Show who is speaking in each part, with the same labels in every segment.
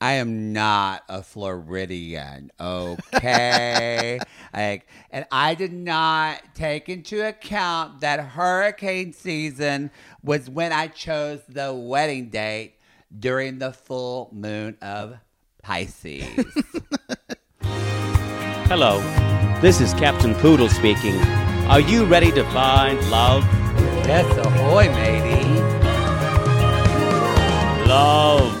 Speaker 1: I am not a Floridian, okay? like, and I did not take into account that hurricane season was when I chose the wedding date during the full moon of Pisces.
Speaker 2: Hello, this is Captain Poodle speaking. Are you ready to find love?
Speaker 1: yes, ahoy, matey.
Speaker 2: Love.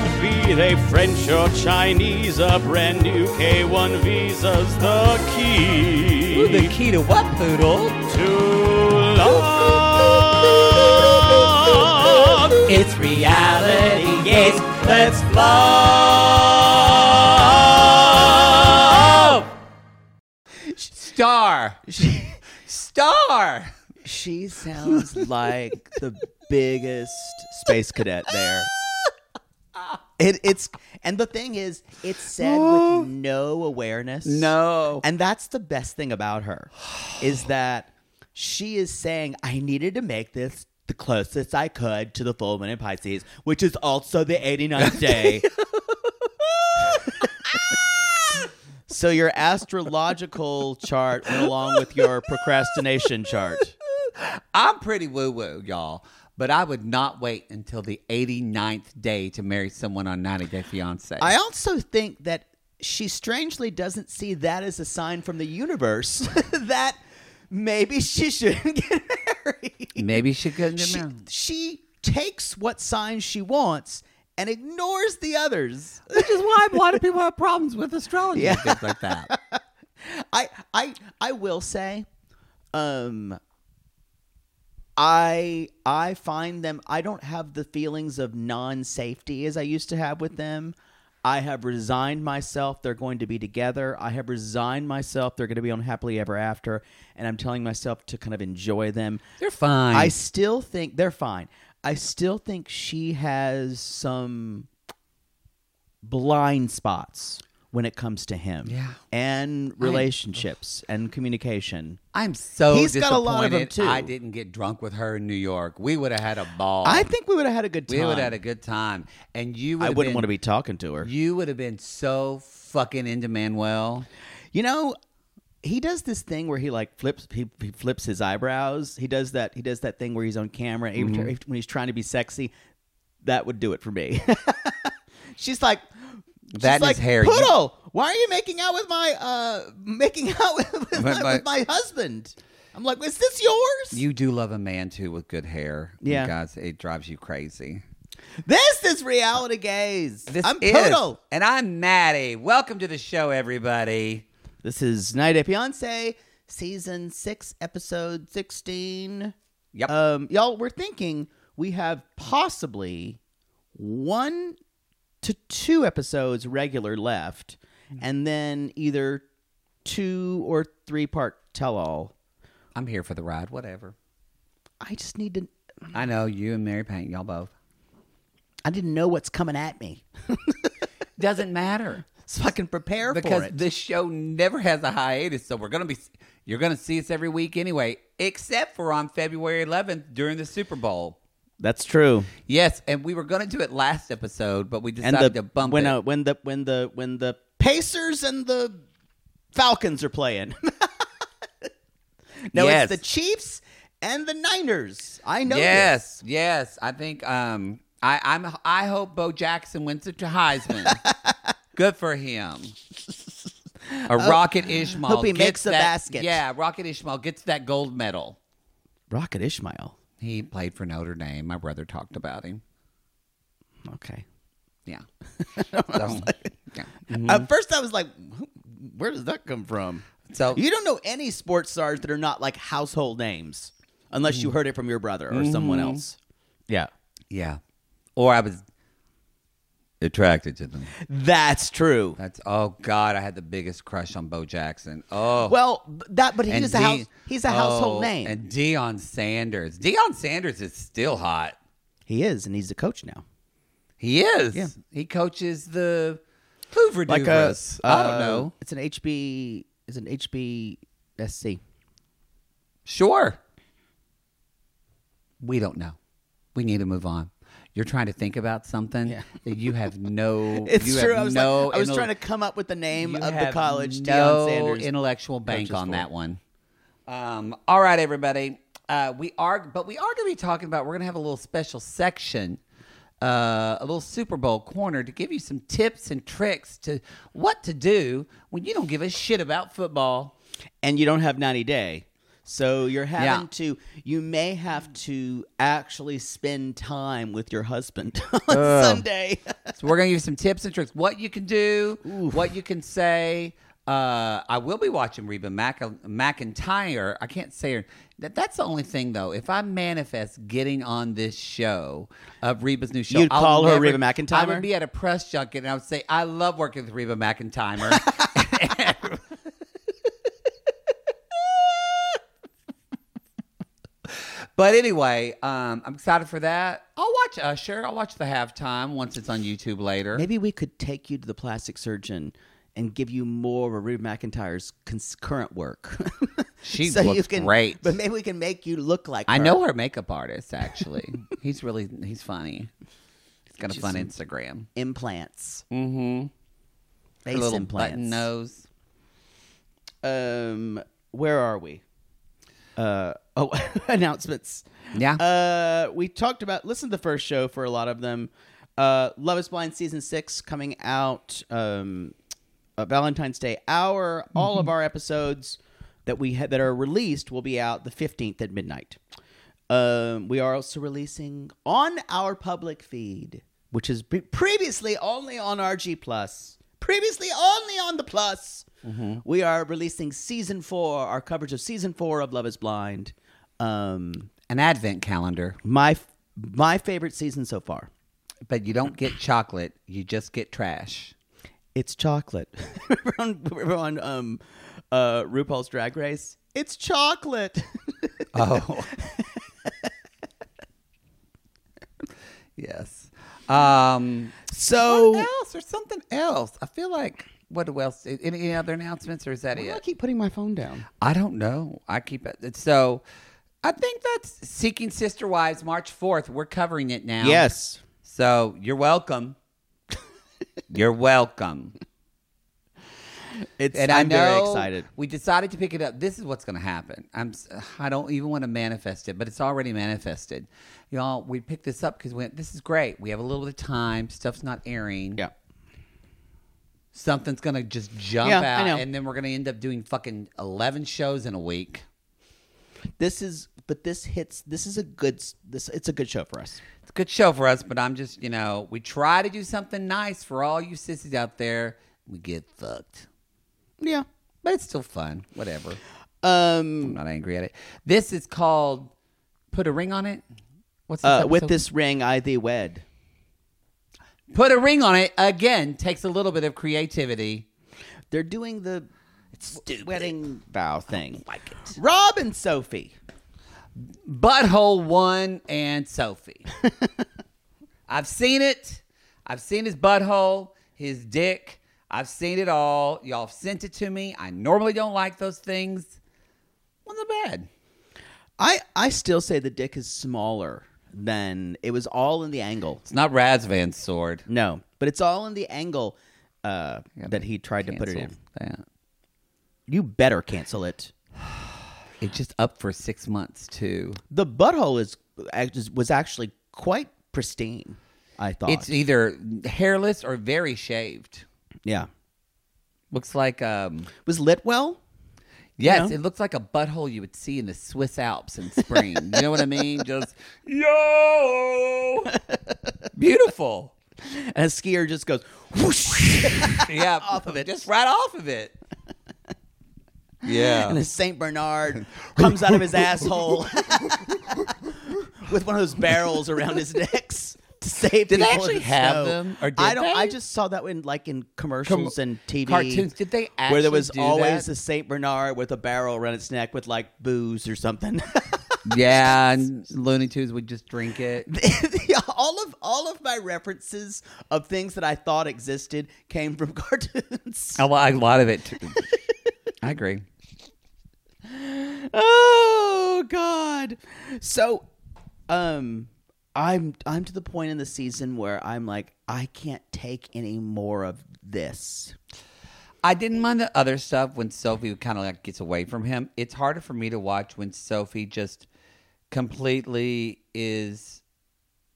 Speaker 2: Be they French or Chinese, a brand new K1 visa's the key.
Speaker 1: Ooh, the key to what, Poodle?
Speaker 2: to love.
Speaker 1: It's reality, yes. Let's
Speaker 2: love.
Speaker 1: Star. Star.
Speaker 3: She sounds like the biggest space cadet there. It, it's and the thing is, it's said with no awareness.
Speaker 1: No.
Speaker 3: And that's the best thing about her is that she is saying, I needed to make this the closest I could to the full moon in Pisces, which is also the 89th day. so your astrological chart went along with your procrastination chart.
Speaker 1: I'm pretty woo woo, y'all, but I would not wait until the 89th day to marry someone on 90 Day Fiance.
Speaker 3: I also think that she strangely doesn't see that as a sign from the universe that maybe she shouldn't get married.
Speaker 1: Maybe she couldn't get
Speaker 3: she,
Speaker 1: married.
Speaker 3: she takes what signs she wants and ignores the others.
Speaker 1: Which is why a lot of people have problems with astrology and things like that.
Speaker 3: I I I will say um I I find them I don't have the feelings of non-safety as I used to have with them. I have resigned myself they're going to be together. I have resigned myself they're going to be on happily ever after and I'm telling myself to kind of enjoy them.
Speaker 1: They're fine.
Speaker 3: I still think they're fine. I still think she has some blind spots when it comes to him.
Speaker 1: Yeah.
Speaker 3: And relationships and communication.
Speaker 1: I'm so
Speaker 3: He's
Speaker 1: disappointed.
Speaker 3: got a lot of 'em, too.
Speaker 1: I didn't get drunk with her in New York. We would have had a ball.
Speaker 3: I think we would have had a good time.
Speaker 1: we would have had a good time, and you. Would
Speaker 3: I
Speaker 1: have
Speaker 3: wouldn't
Speaker 1: been-
Speaker 3: want to be talking to her.
Speaker 1: You would have been so fucking into Manuel.
Speaker 3: You know, he does this thing where he like flips he, he flips his eyebrows. He does that he does that thing where he's on camera and
Speaker 1: Mm-hmm.
Speaker 3: every time- when he's trying to be sexy. That would do it for me. she's like she's
Speaker 1: That and his
Speaker 3: like,
Speaker 1: hair. You-
Speaker 3: Poodle, why are you making out with my uh making out with, with,
Speaker 1: With
Speaker 3: my, with
Speaker 1: my-
Speaker 3: my husband? I'm like, is this yours?
Speaker 1: You do love a man too with good hair. You
Speaker 3: Yeah.
Speaker 1: guys, it drives you crazy.
Speaker 3: this is reality gaze.
Speaker 1: This
Speaker 3: I'm
Speaker 1: is-
Speaker 3: Poodle.
Speaker 1: and I'm Maddie. Welcome to the show, everybody.
Speaker 3: This is Night at Fiance, season six, episode sixteen.
Speaker 1: Yep.
Speaker 3: Uh, Um, y'all, we're thinking we have possibly one to two episodes regular left,
Speaker 1: Hmm.
Speaker 3: and then either two or three part tell all.
Speaker 1: I'm here for the ride, whatever.
Speaker 3: I just need to.
Speaker 1: I know you and Mary Paint, y'all both.
Speaker 3: I didn't know what's coming at me,
Speaker 1: Doesn't matter.
Speaker 3: so I can prepare
Speaker 1: because
Speaker 3: for it.
Speaker 1: this show never has a hiatus so we're gonna be you're gonna see us every week anyway except for on february 11th during the super bowl
Speaker 3: That's true.
Speaker 1: yes and we were gonna do it last episode but we
Speaker 3: And
Speaker 1: decided
Speaker 3: the
Speaker 1: to bump
Speaker 3: when
Speaker 1: it
Speaker 3: uh, when the when the when the Pacers and the Falcons are playing. no,
Speaker 1: Yes.
Speaker 3: it's the Chiefs and the Niners. I know.
Speaker 1: yes
Speaker 3: this.
Speaker 1: yes i think um i i'm i hope bo jackson wins it to heisman good for him a rocket ishmael
Speaker 3: hope he
Speaker 1: gets
Speaker 3: makes a
Speaker 1: that-
Speaker 3: basket.
Speaker 1: yeah rocket ishmael gets that gold medal
Speaker 3: Rocket Ishmael.
Speaker 1: he played for notre dame my brother talked about him
Speaker 3: Okay.
Speaker 1: yeah, so, yeah.
Speaker 3: At first, I was like, "Wh- "Where does that come from?"
Speaker 1: So-
Speaker 3: you don't know any sports stars that are not like household names, unless you heard it from your brother or someone else. Yeah,
Speaker 1: Mm. Mm-hmm. Yeah. Or I was attracted to them.
Speaker 3: that's true.
Speaker 1: That's oh god, I had the biggest crush on Bo Jackson. Oh.
Speaker 3: Well, b- that but he
Speaker 1: And
Speaker 3: was a
Speaker 1: Dee-
Speaker 3: house. He's a
Speaker 1: oh,
Speaker 3: household name.
Speaker 1: And Deion Sanders. Deion Sanders is still hot.
Speaker 3: he is, and he's the coach now.
Speaker 1: He is. He coaches the Hoover
Speaker 3: Like a, uh,
Speaker 1: Doovers. I don't know.
Speaker 3: It's an HB. It's an HBSC.
Speaker 1: Sure. We don't know. We need to move on. You're trying to think about something that you have no.
Speaker 3: It's
Speaker 1: you
Speaker 3: true.
Speaker 1: Have
Speaker 3: I was
Speaker 1: no
Speaker 3: like, I was
Speaker 1: intel-
Speaker 3: trying to come up with the name
Speaker 1: You
Speaker 3: of the
Speaker 1: have
Speaker 3: college.
Speaker 1: No
Speaker 3: Deion Sanders.
Speaker 1: intellectual bank
Speaker 3: coaches
Speaker 1: on
Speaker 3: for.
Speaker 1: that one. Um, all right, everybody. Uh, we are, but we are going to be talking about. We're going to have a little special section, uh, a little Super Bowl corner to give you some tips and tricks to what to do when you don't give a shit about football.
Speaker 3: and you don't have 90 day so you're having
Speaker 1: Yeah.
Speaker 3: to you may have to actually spend time with your husband on sunday
Speaker 1: So we're going to give you some tips and tricks. What you can do, what you can say. Uh, I will be watching Reba Mc- McIntyre. I can't say her. That, that's the only thing, though. If I manifest getting on this show of Reba's new show,
Speaker 3: You'd
Speaker 1: I'll
Speaker 3: call her
Speaker 1: never-
Speaker 3: Reba
Speaker 1: I
Speaker 3: McEntire?
Speaker 1: would be at a press junket and I would say, I love working with Reba McIntyre. But anyway, um, I'm excited for that. I'll watch Usher. I'll watch the halftime once it's on YouTube later.
Speaker 3: maybe we could take you to the plastic surgeon and give you more of Reba McIntyre's cons- current work.
Speaker 1: She
Speaker 3: so you
Speaker 1: looks
Speaker 3: can,
Speaker 1: great.
Speaker 3: But maybe we can make you look like
Speaker 1: I know her makeup artist actually. he's really he's funny. He's got a fun Instagram.
Speaker 3: implants. Mm-hmm.
Speaker 1: Her
Speaker 3: Face
Speaker 1: little
Speaker 3: implants.
Speaker 1: button nose.
Speaker 3: Um, where are we? Uh, oh, announcements.
Speaker 1: Yeah.
Speaker 3: Uh, we talked about listen to the first show for a lot of them. Uh, Love Is Blind season six coming out. Um, a Valentine's Day hour. All
Speaker 1: Mm-hmm.
Speaker 3: of our episodes that we ha- that are released will be out the fifteenth at midnight. Um, we are also releasing on our public feed, which is pre- previously only on RG Plus. Previously only on the Plus.
Speaker 1: Mm-hmm.
Speaker 3: We are releasing season four, our coverage of season four of Love Is Blind. Um,
Speaker 1: An advent calendar.
Speaker 3: my my favorite season so far.
Speaker 1: But you don't get chocolate, you just get trash.
Speaker 3: It's chocolate. Remember on, remember on um, uh, RuPaul's Drag Race? It's chocolate.
Speaker 1: Oh. yes. Um
Speaker 3: so
Speaker 1: what else or something else. I feel like what else? Any, any other announcements or is that it?
Speaker 3: keep putting my phone down.
Speaker 1: I don't know. I keep it. So I think that's Seeking Sister Wives, March 4th. We're covering it
Speaker 3: Um,
Speaker 1: now.
Speaker 3: Yes.
Speaker 1: So you're welcome. you're welcome.
Speaker 3: It's,
Speaker 1: And
Speaker 3: I'm
Speaker 1: know
Speaker 3: very excited.
Speaker 1: We decided to pick it up. This is what's going to happen. I'm. s- I don't even want to manifest it, but it's already manifested. Y'all, we picked this up because we went, this is great. We have a little bit of time. Stuff's not airing.
Speaker 3: Yeah.
Speaker 1: Something's going to just jump
Speaker 3: Yeah, I
Speaker 1: out,
Speaker 3: know.
Speaker 1: and then we're going to end up doing fucking eleven shows in a week.
Speaker 3: This is but this hits this is a good s- this it's a good show for us.
Speaker 1: It's a good show for us, but I'm just, you know, we try to do something nice for all you sissies out there. We get fucked.
Speaker 3: Yeah.
Speaker 1: But it's still fun. Whatever. I'm
Speaker 3: Um
Speaker 1: not angry at it. This is called Put a Ring on It. What's this
Speaker 3: uh, with
Speaker 1: episode?
Speaker 3: this ring I thee wed.
Speaker 1: Put a ring on it again. Takes a little bit of creativity.
Speaker 3: They're doing the wedding vow thing. like it. Rob and Sophie.
Speaker 1: Butthole one and Sophie. I've seen it. I've seen his butthole, his dick. I've seen it all. Y'all sent it to me. I normally don't like those things. Wasn't bad.
Speaker 3: I I still say the dick is smaller than it was all in the angle.
Speaker 1: It's not Razvan's sword.
Speaker 3: No, but it's all in the angle uh, that he tried to put it in.
Speaker 1: That.
Speaker 3: You better cancel it.
Speaker 1: It's just up for six months too.
Speaker 3: The butthole is act- is- was actually quite pristine. I thought.
Speaker 1: It's either hairless or very shaved.
Speaker 3: yeah.
Speaker 1: Looks like um
Speaker 3: Was lit well?
Speaker 1: yes,
Speaker 3: know?
Speaker 1: it looks like a butthole you would see in the Swiss Alps in spring. you know what I mean? Just yo, beautiful.
Speaker 3: And a skier just goes whoosh,
Speaker 1: Yeah, off of it, just right off of it. Yeah,
Speaker 3: and a Saint Bernard comes out of his asshole with one of those barrels around his necks to save
Speaker 1: Did they
Speaker 3: people.
Speaker 1: actually
Speaker 3: in the
Speaker 1: have
Speaker 3: snow.
Speaker 1: them, or did
Speaker 3: I don't.
Speaker 1: they?
Speaker 3: I just saw that in like in commercials and TV
Speaker 1: cartoons. Did they actually
Speaker 3: where there was
Speaker 1: do
Speaker 3: always
Speaker 1: that?
Speaker 3: a Saint Bernard with a barrel around its neck with like booze or something.
Speaker 1: yeah, and Looney Tunes would just drink it.
Speaker 3: all of all of my references of things that I thought existed came from cartoons.
Speaker 1: A lot, a lot of it. too. I agree.
Speaker 3: Oh God! So, um, I'm I'm to the point in the season where I'm like, I can't take any more of this.
Speaker 1: I didn't mind the other stuff when Sophie kind of like gets away from him. It's harder for me to watch when Sophie just completely is.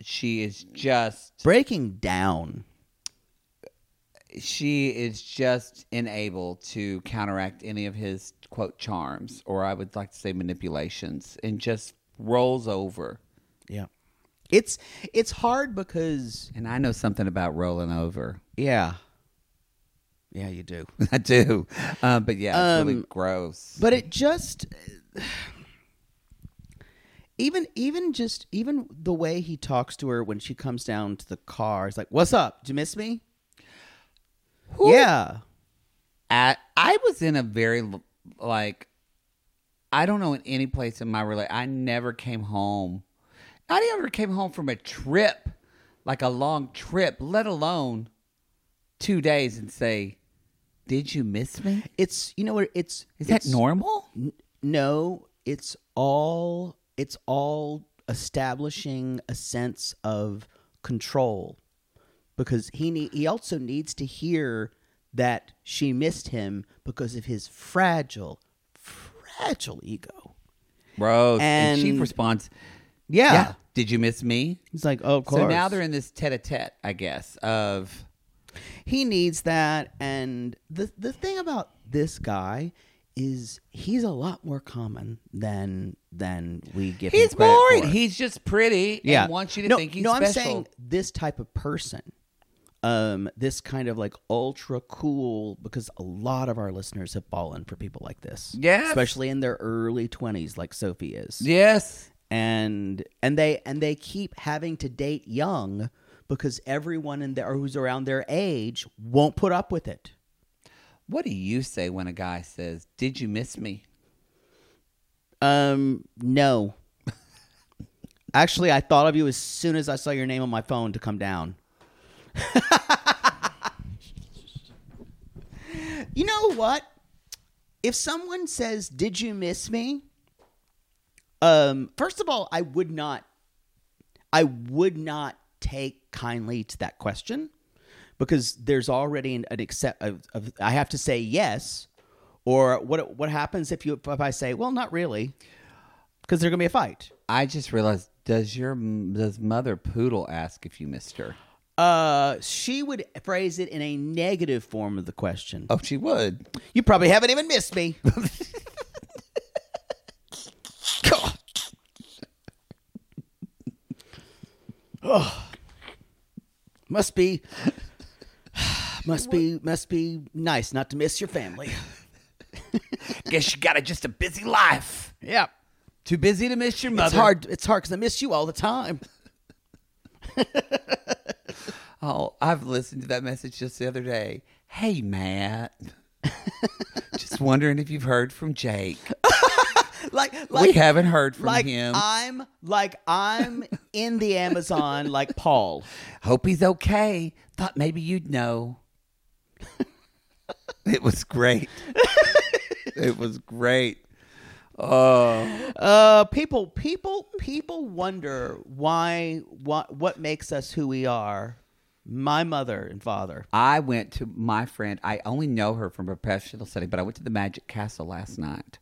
Speaker 1: She is just.
Speaker 3: Breaking down.
Speaker 1: She is just unable to counteract any of his quote charms, or I would like to say manipulations, and just rolls over.
Speaker 3: Yeah, it's it's hard because
Speaker 1: And I know something about rolling over.
Speaker 3: yeah, yeah, you do.
Speaker 1: I do, um, but yeah, it's really gross.
Speaker 3: But it just even even just even the way he talks to her when she comes down to the car, it's like, "What's up? Did you miss me?" Yeah.
Speaker 1: at I was in a very l- like I don't know in any place in my relate I never came home. I never came home from a trip, like a long trip, let alone two days and say, "Did you miss me?"
Speaker 3: It's you know what it's
Speaker 1: Is
Speaker 3: it's,
Speaker 1: that normal?
Speaker 3: N- no, it's all it's all establishing a sense of control because he need, he also needs to hear that she missed him because of his fragile fragile ego.
Speaker 1: Bro, and, she
Speaker 3: And-
Speaker 1: responds,
Speaker 3: Yeah.
Speaker 1: "Yeah, did you miss me?"
Speaker 3: He's like, oh, of course.
Speaker 1: So now they're in this tete-a-tete, I guess, of
Speaker 3: he needs that, and the the thing about this guy is he's a lot more common than than we give. him
Speaker 1: He's
Speaker 3: credit
Speaker 1: boring.
Speaker 3: for.
Speaker 1: He's just pretty
Speaker 3: yeah.
Speaker 1: and wants you to
Speaker 3: no,
Speaker 1: think he's
Speaker 3: no.
Speaker 1: special.
Speaker 3: I'm saying this type of person, um, this kind of like ultra cool, because a lot of our listeners have fallen for people like this.
Speaker 1: Yes.
Speaker 3: especially in their early twenties, like Sophie is.
Speaker 1: yes.
Speaker 3: and and they and they keep having to date young because everyone in there who's around their age won't put up with it.
Speaker 1: What do you say when a guy says, "Did you miss me?"
Speaker 3: Um, no. Actually, I thought of you as soon as I saw your name on my phone to come down. you know what? If someone says, "Did you miss me?" Um, first of all, I would not I would not take kindly to that question because there's already an, an accept of, of I have to say yes or what what happens if you if I say well not really because there's gonna be a fight.
Speaker 1: I just realized. Does your does mother poodle ask if you missed her?
Speaker 3: Uh, she would phrase it in a negative form of the question.
Speaker 1: Oh, she would.
Speaker 3: You probably haven't even missed me. God. Ugh. Must be, must be, must be nice not to miss your family.
Speaker 1: Guess you got a, just a busy life.
Speaker 3: Yeah,
Speaker 1: Too busy to miss your mother.
Speaker 3: it's hard. It's hard because I miss you all the time.
Speaker 1: Oh, I've listened to that message just the other day. Hey, Matt. just wondering if you've heard from Jake.
Speaker 3: Like, like
Speaker 1: we haven't heard from
Speaker 3: like
Speaker 1: him.
Speaker 3: I'm like I'm in the Amazon like Paul.
Speaker 1: Hope he's okay. Thought maybe you'd know. it was great. it was great. Oh.
Speaker 3: Uh, people, people, people wonder why what what makes us who we are. My mother and father.
Speaker 1: I went to my friend, I only know her from a professional setting, but I went to the Magic Castle last night.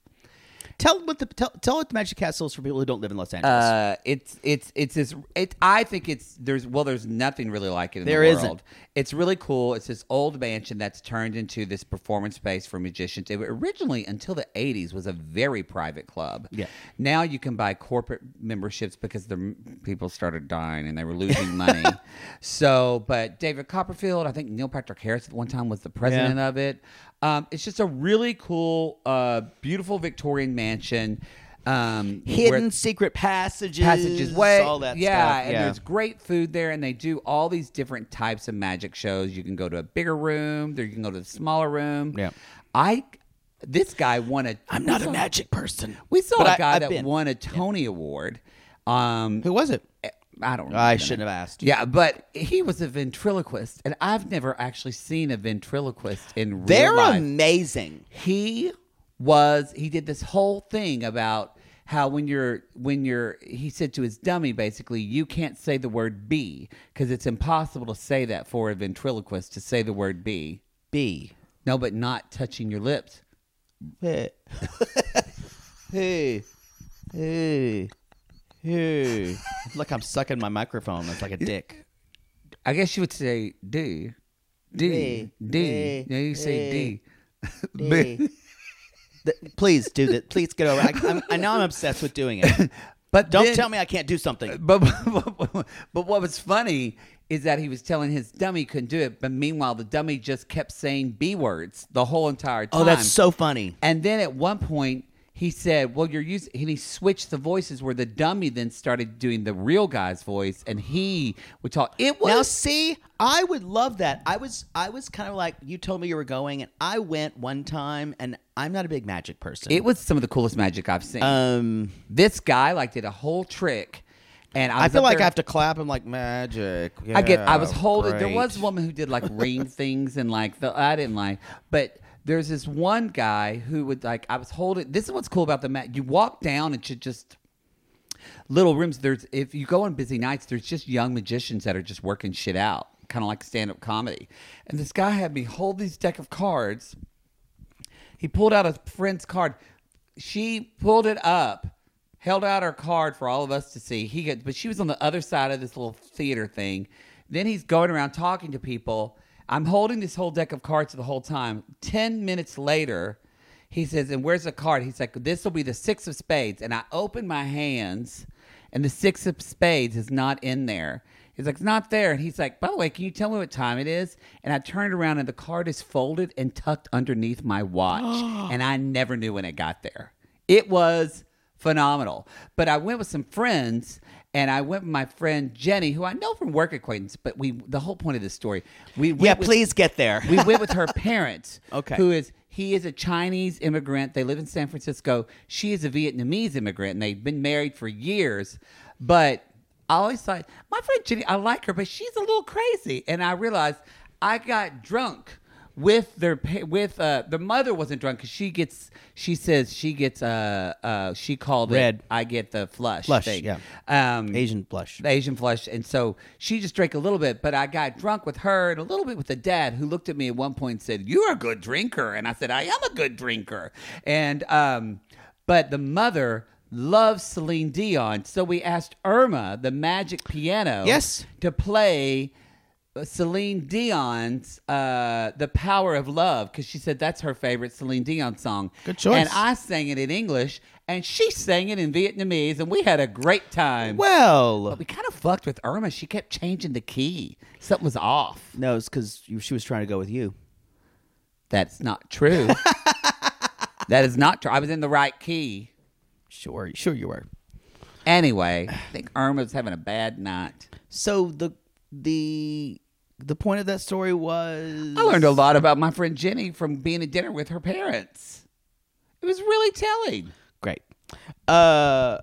Speaker 3: Tell what the tell, tell what the Magic Castle is for people who don't live in Los Angeles.
Speaker 1: Uh, it's it's it's this. It, I think it's there's well there's nothing really like it in
Speaker 3: There
Speaker 1: the
Speaker 3: isn't.
Speaker 1: world. It's really cool. It's this old mansion that's turned into this performance space for magicians. It originally until the 80s was a very private club.
Speaker 3: Yeah.
Speaker 1: Now you can buy corporate memberships because the m- people started dying and they were losing money. So, but David Copperfield, I think Neil Patrick Harris at one time was the president of it. Um, it's just a really cool, uh, beautiful Victorian mansion. Um, where-
Speaker 3: Hidden secret passages,
Speaker 1: passages way
Speaker 3: all that
Speaker 1: yeah
Speaker 3: stuff.
Speaker 1: and there's great food there and they do all these different types of magic shows you can go to a bigger room there you can go to the smaller room
Speaker 3: Yeah.
Speaker 1: i this guy won a
Speaker 3: I'm not a magic person.
Speaker 1: we saw
Speaker 3: But
Speaker 1: a
Speaker 3: I-
Speaker 1: guy
Speaker 3: I've
Speaker 1: that
Speaker 3: been.
Speaker 1: won a tony award um
Speaker 3: Who was it?
Speaker 1: i don't remember
Speaker 3: I
Speaker 1: the
Speaker 3: shouldn't
Speaker 1: name.
Speaker 3: have asked.
Speaker 1: yeah but he was a ventriloquist and i've never actually seen a ventriloquist in real
Speaker 3: They're
Speaker 1: life
Speaker 3: amazing.
Speaker 1: he was he did this whole thing about how when you're when you're he said to his dummy basically you can't say the word b because it's impossible to say that for a ventriloquist to say the word b
Speaker 3: B.
Speaker 1: no but not touching your lips
Speaker 3: Hey. hey. Hey. Hey. Like I'm sucking my microphone. It's like a dick.
Speaker 1: i guess you would say d d
Speaker 3: B,
Speaker 1: d
Speaker 3: B,
Speaker 1: no you say d B.
Speaker 3: Th- please do that. Please get over. it. I, I'm, I know I'm obsessed with doing it.
Speaker 1: but
Speaker 3: Don't
Speaker 1: then-
Speaker 3: tell me I can't do something.
Speaker 1: but, but, but, but what was funny is that he was telling his dummy couldn't do it but meanwhile the dummy just kept saying b words the whole entire time
Speaker 3: Oh, that's so funny.
Speaker 1: And then at one point, he said, "Well, you're using," and he switched the voices where the dummy then started doing the real guy's voice, and he would talk. It
Speaker 3: Now,
Speaker 1: was
Speaker 3: see, I would love that. I was, I was kind of like you told me you were going, and I went one time, and I'm not a big magic person.
Speaker 1: it was some of the coolest magic I've seen.
Speaker 3: um,
Speaker 1: this guy like did a whole trick, and I,
Speaker 3: I
Speaker 1: was
Speaker 3: feel
Speaker 1: up
Speaker 3: like
Speaker 1: there-
Speaker 3: I have to clap. I'm like magic.
Speaker 1: I get. I was
Speaker 3: yeah,
Speaker 1: holding. There
Speaker 3: great."
Speaker 1: was a woman who did like ring things and like the. I didn't like, but there's this one guy who would like. I was holding. This is what's cool about the mat. You walk down and should just little rooms. There's if you go on busy nights, there's just young magicians that are just working shit out, kind of like stand up comedy. And this guy had me hold these deck of cards. He pulled out a friend's card. She pulled it up, held out her card for all of us to see. He got, but she was on the other side of this little theater thing. Then he's going around talking to people. I'm holding this whole deck of cards the whole time. Ten minutes later, he says, "And where's the card?" He's like, "This will be the six of spades." And I open my hands, and the six of spades is not in there. He's like, "It's not there." And he's like, "By the way, can you tell me what time it is?" And I turned around, and the card is folded and tucked underneath my watch, and I never knew when it got there. It was phenomenal. But I went with some friends. And I went with my friend Jenny, who I know from work acquaintance, but we the whole point of this story. We
Speaker 3: Yeah,
Speaker 1: went with-
Speaker 3: please get there.
Speaker 1: we went with her parents.
Speaker 3: Okay.
Speaker 1: Who is he is a Chinese immigrant. They live in San Francisco. She is a Vietnamese immigrant and they've been married for years. But I always thought my friend Jenny, I like her, but she's a little crazy. And I realized I got drunk with their pa- with uh the mother wasn't drunk because she gets she says she gets uh uh she called
Speaker 3: Red.
Speaker 1: it I get the flush
Speaker 3: Flush,
Speaker 1: thing.
Speaker 3: yeah.
Speaker 1: um
Speaker 3: Asian blush.
Speaker 1: the Asian flush. And so she just drank a little bit, but I got drunk with her and a little bit with the dad who looked at me at one point and said, You're a good drinker. And I said, I am a good drinker. And, um, but the mother loves Celine Dion. So we asked Irma, the magic piano,
Speaker 3: Yes.
Speaker 1: to play. Celine Dion's uh, "The Power of Love" because she said that's her favorite Celine Dion song.
Speaker 3: Good choice.
Speaker 1: And I sang it in English, and she sang it in Vietnamese, and we had a great time.
Speaker 3: Well,
Speaker 1: But we kind of fucked with Irma. She kept changing the key. Something was off.
Speaker 3: no, it's because she was trying to go with you.
Speaker 1: That's not true. that is not true. I was in the right key.
Speaker 3: Sure, sure you were.
Speaker 1: Anyway, I think Irma's having a bad night.
Speaker 3: So the the the point of that story was
Speaker 1: I learned a lot about my friend Jenny from being at dinner with her parents. It was really telling.
Speaker 3: Great. Uh,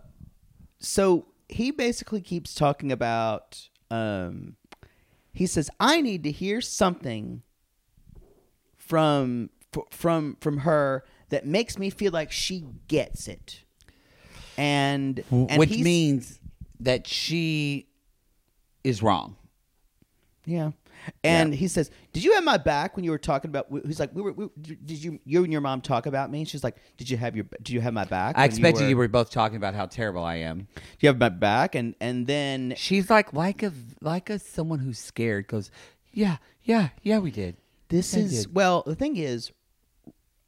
Speaker 3: so he basically keeps talking about. Um, he says, "I need to hear something from f- from from her that makes me feel like she gets it." And, and
Speaker 1: Which
Speaker 3: he's-
Speaker 1: means that she is wrong.
Speaker 3: Yeah. And he says, "Did you have my back when you were talking about?" He's like, "We were. We, did you you and your mom talk about me?" And she's like, "Did you have your? Did you have my back?"
Speaker 1: I
Speaker 3: when
Speaker 1: expected you were both talking about how terrible I am.
Speaker 3: "Did you have my back?" And and then
Speaker 1: She's like like a like a someone who's scared goes, yeah, yeah, yeah, we did.
Speaker 3: this
Speaker 1: I
Speaker 3: is
Speaker 1: did.
Speaker 3: well. The thing is,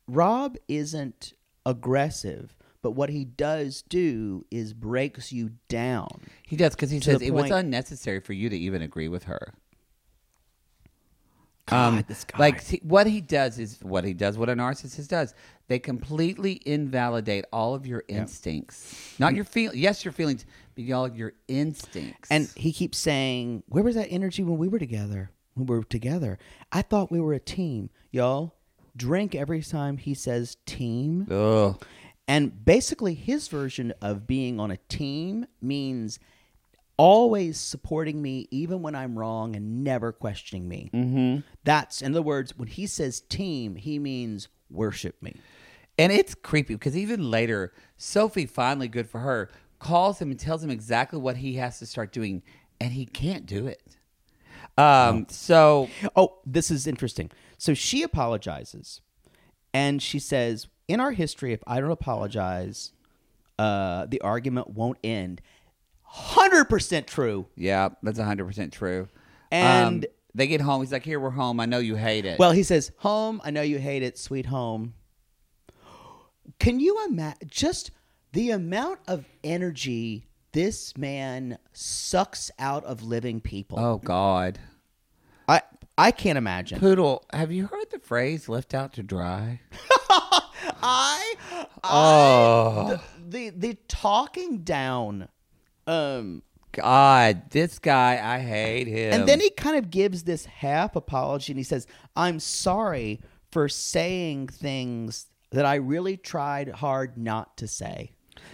Speaker 3: Rob isn't aggressive, but what he does do is breaks you down.
Speaker 1: He does because he
Speaker 3: To
Speaker 1: says
Speaker 3: the
Speaker 1: it was
Speaker 3: point-
Speaker 1: unnecessary for you to even agree with her. um,
Speaker 3: this guy.
Speaker 1: Like see, what he does is what he does. What a narcissist does. They completely invalidate all of your instincts, not your feel. Yes, your feelings, but all of your instincts.
Speaker 3: And he keeps saying, "Where was that energy when we were together? When we were together, I thought we were a team, y'all." Drink every time he says team.
Speaker 1: Ugh.
Speaker 3: And basically, his version of being on a team means always supporting me, even when I'm wrong, and never questioning me. Mm-hmm. That's, in other words, when he says team, he means worship me.
Speaker 1: And it's creepy because even later, Sophie, finally good for her, calls him and tells him exactly what he has to start doing, and he can't do it. Um. So
Speaker 3: Oh, this is interesting. So she apologizes, and she says, "In our history, if I don't apologize, uh, the argument won't end." Hundred percent true.
Speaker 1: yeah, that's hundred percent true. Um,
Speaker 3: And-
Speaker 1: they get home. He's like, "Here, we're home. I know you hate it."
Speaker 3: Well, he says, "Home, I know you hate it, sweet home." Can you imagine just the amount of energy this man sucks out of living people?
Speaker 1: oh God,
Speaker 3: I I can't imagine.
Speaker 1: poodle. Have you heard the phrase "left out to dry"?
Speaker 3: I, I the, the the talking down. Um
Speaker 1: God, this guy, I hate him.
Speaker 3: and then he kind of gives this half apology and he says, "I'm sorry for saying things that I really tried hard not to say."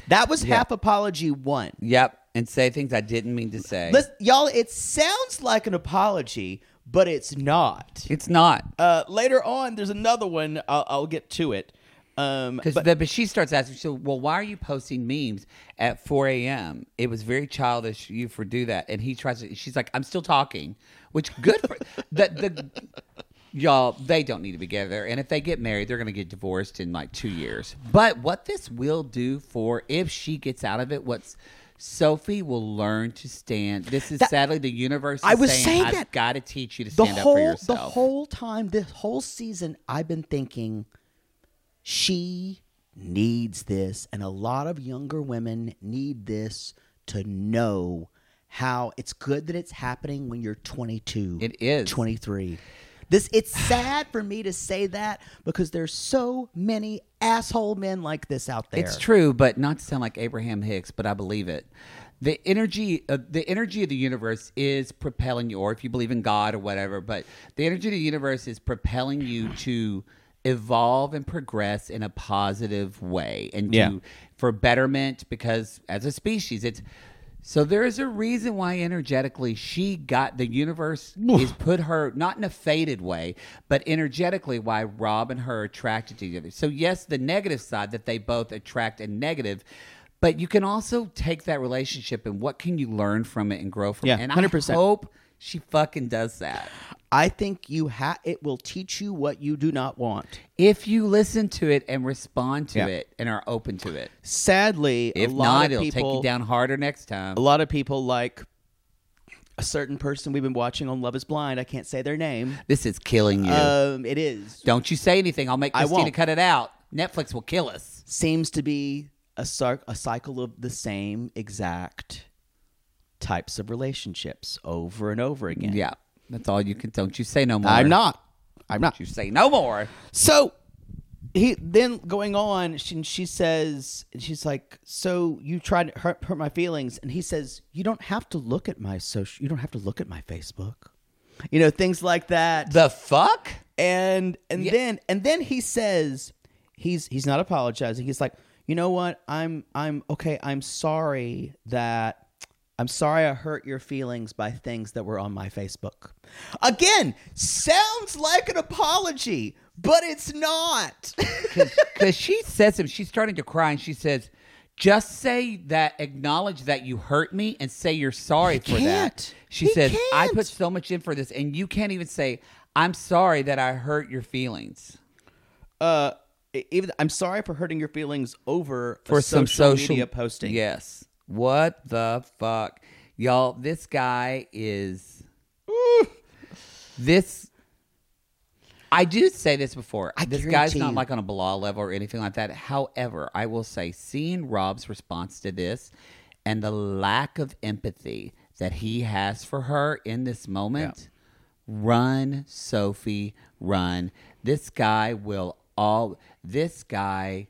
Speaker 3: That was half apology 1.
Speaker 1: yep, and say things I didn't mean to say.
Speaker 3: Listen, y'all, it sounds like an apology, but it's not.
Speaker 1: it's not
Speaker 3: Uh, later on, there's another one. I'll, I'll get to it. Um,
Speaker 1: Because but, but she starts asking, so well, why are you posting memes at 4 a.m.? It was very childish of you for do that. And he tries to. She's like, I'm still talking, which good for that. The y'all, they don't need to be together. And if they get married, they're gonna get divorced in like two years. But what this will do for if she gets out of it, what's Sophie will learn to stand. This is sadly the universe. Is
Speaker 3: I was saying
Speaker 1: I've
Speaker 3: that.
Speaker 1: got to teach you to
Speaker 3: the
Speaker 1: stand up for
Speaker 3: whole
Speaker 1: yourself.
Speaker 3: the whole time, this whole season, I've been thinking she needs this, and a lot of younger women need this to know how it's good that it's happening when you're 22.
Speaker 1: It is.
Speaker 3: 23. This it's sad for me to say that because there's so many asshole men like this out there.
Speaker 1: It's true, but not to sound like Abraham Hicks, but I believe it. The energy, uh, the energy of the universe is propelling you, or if you believe in God or whatever, but the energy of the universe is propelling you to evolve and progress in a positive way, and
Speaker 3: Yeah.
Speaker 1: to for betterment. Because as a species, it's so there is a reason why energetically she got the universe is put her not in a faded way, but energetically why Rob and her are attracted to each other. So yes, the negative side that they both attract and negative, but you can also take that relationship and what can you learn from it and grow from
Speaker 3: Yeah,
Speaker 1: it. And
Speaker 3: 100%.
Speaker 1: I hope she fucking does that.
Speaker 3: I think you ha- it will teach you what you do not want.
Speaker 1: If you listen to it and respond to
Speaker 3: Yeah.
Speaker 1: it and are open to it.
Speaker 3: Sadly,
Speaker 1: If
Speaker 3: a lot
Speaker 1: not,
Speaker 3: of
Speaker 1: it'll
Speaker 3: people,
Speaker 1: take you down harder next time.
Speaker 3: A lot of people like a certain person we've been watching on Love Is Blind. I can't say their name.
Speaker 1: This is killing you.
Speaker 3: Um, it is
Speaker 1: Don't you say anything. I'll make
Speaker 3: I
Speaker 1: Christina
Speaker 3: won't.
Speaker 1: cut it out. Netflix will kill us.
Speaker 3: seems to be a cycle a cycle of the same exact types of relationships over and over again.
Speaker 1: Yeah. That's all you can. Don't you say no more.
Speaker 3: I'm not. I'm not.
Speaker 1: You say no more.
Speaker 3: So he then going on, she, she says, and she's like, "So you tried to hurt, hurt my feelings," and he says, "You don't have to look at my social. You don't have to look at my Facebook. you know things like that
Speaker 1: The fuck?
Speaker 3: and and then and then he says he's he's not apologizing he's like you know what i'm i'm okay i'm sorry that i'm sorry i hurt your feelings by things that were on my facebook again sounds like an apology but it's not
Speaker 1: Because she says to him, she's starting to cry, and she says, "Just say that, acknowledge that you hurt me, and say you're sorry for that."
Speaker 3: can't.
Speaker 1: She
Speaker 3: He
Speaker 1: says, "I
Speaker 3: can't.
Speaker 1: put so much in for this, and you can't even say I'm sorry that I hurt your feelings
Speaker 3: uh even i'm sorry for hurting your feelings over a
Speaker 1: for some
Speaker 3: social,
Speaker 1: social
Speaker 3: media posting
Speaker 1: Yes. What the fuck, y'all? This guy is this. I do say this before. this guy's
Speaker 3: guarantee
Speaker 1: not
Speaker 3: you.
Speaker 1: like on a blah level or anything like that. However, I will say seeing Rob's response to this and the lack of empathy that he has for her in this moment. Run, Sophie, run. This guy will all this guy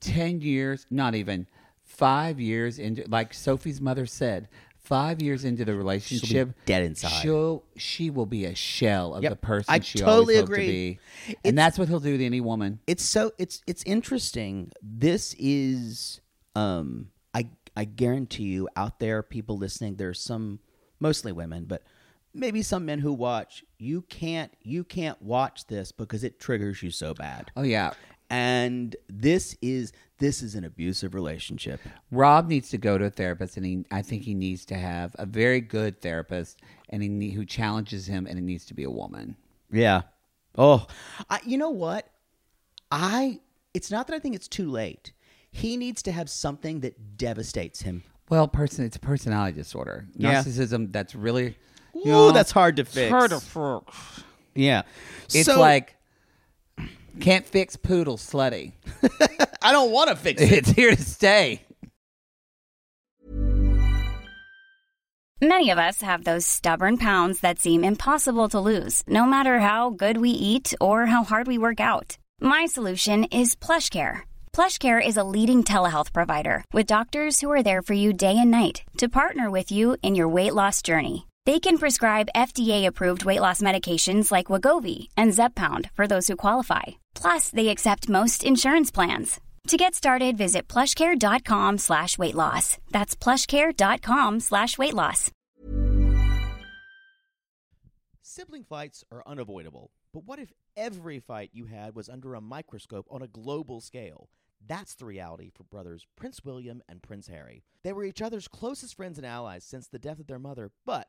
Speaker 1: 10 years, not even 5 years into like Sophie's mother said, 5 years into the relationship
Speaker 3: dead inside.
Speaker 1: She'll she will be a shell of
Speaker 3: Yep.
Speaker 1: the person
Speaker 3: I
Speaker 1: she
Speaker 3: totally
Speaker 1: always hoped to
Speaker 3: agree.
Speaker 1: be.
Speaker 3: It's-
Speaker 1: And that's what he'll do to any woman.
Speaker 3: it's so it's it's interesting this is um i i guarantee you out there people listening there's some mostly women but maybe some men who watch you can't you can't watch this because it triggers you so bad
Speaker 1: Oh yeah.
Speaker 3: and this is this is an abusive relationship
Speaker 1: Rob needs to go to a therapist, and he, I think he needs to have a very good therapist, and he, ne- who challenges him, and it needs to be a woman.
Speaker 3: Yeah. Oh, I, you know what? I. It's not that I think it's too late. He needs to have something that devastates him.
Speaker 1: Well, person, it's a personality disorder,
Speaker 3: Yeah.
Speaker 1: narcissism. That's really, you
Speaker 3: Ooh,
Speaker 1: know,
Speaker 3: that's hard to fix.
Speaker 1: hard to fix.
Speaker 3: Yeah.
Speaker 1: It's
Speaker 3: So-
Speaker 1: like can't fix poodle slutty.
Speaker 3: I don't want to fix it.
Speaker 1: It's here to stay.
Speaker 4: Many of us have those stubborn pounds that seem impossible to lose, no matter how good we eat or how hard we work out. My solution is PlushCare. PlushCare is a leading telehealth provider with doctors who are there for you day and night to partner with you in your weight loss journey. They can prescribe FDA-approved weight loss medications like Wagovi and Zepbound for those who qualify. Plus, they accept most insurance plans. To get started, visit plushcare.com slash weight loss. That's plushcare.com slash weight loss.
Speaker 3: Sibling fights are unavoidable, but what if every fight you had was under a microscope on a global scale? That's the reality for brothers Prince William and Prince Harry. They were each other's closest friends and allies since the death of their mother, but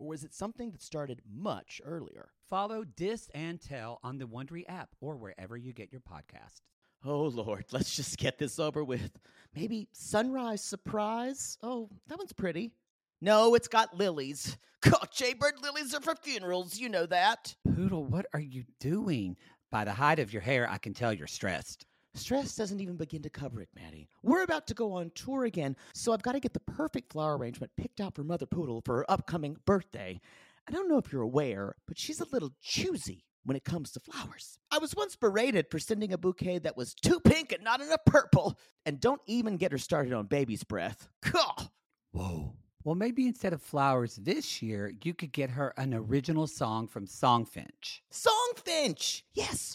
Speaker 3: or was it something that started much earlier?
Speaker 1: Follow Dis and Tell on the Wondery app or wherever you get your podcast.
Speaker 3: Oh Lord, let's just get this over with. Maybe sunrise surprise? Oh, that one's pretty. No, it's got lilies. God, Jaybird lilies are for funerals, you know that.
Speaker 1: Poodle, what are you doing? By the height of your hair, I can tell you're stressed.
Speaker 3: Stress doesn't even begin to cover it, Maddie. We're about to go on tour again, so I've got to get the perfect flower arrangement picked out for Mother Poodle for her upcoming birthday. I don't know if you're aware, but she's a little choosy when it comes to flowers. I was once berated for sending a bouquet that was too pink and not enough purple. And don't even get her started on baby's breath. Gah!
Speaker 1: Whoa. Well, maybe instead of flowers this year, you could get her an original song from Songfinch.
Speaker 3: Songfinch! Yes,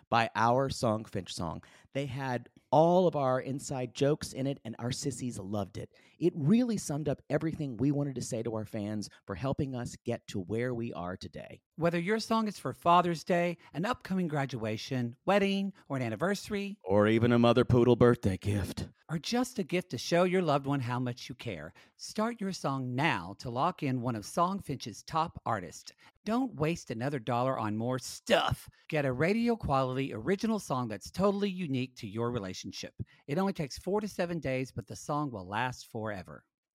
Speaker 3: by our song Finch song. They had all of our inside jokes in it, and our sissies loved it. It really summed up everything we wanted to say to our fans for helping us get to where we are today.
Speaker 5: Whether your song is for Father's Day, an upcoming graduation, wedding, or an anniversary,
Speaker 2: Or even a mother poodle birthday gift.
Speaker 5: or just a gift to show your loved one how much you care, start your song now to lock in one of Songfinch's top artists. Don't waste another dollar on more stuff. Get a radio quality original song that's totally unique to your relationship. It only takes four to seven days, but the song will last forever.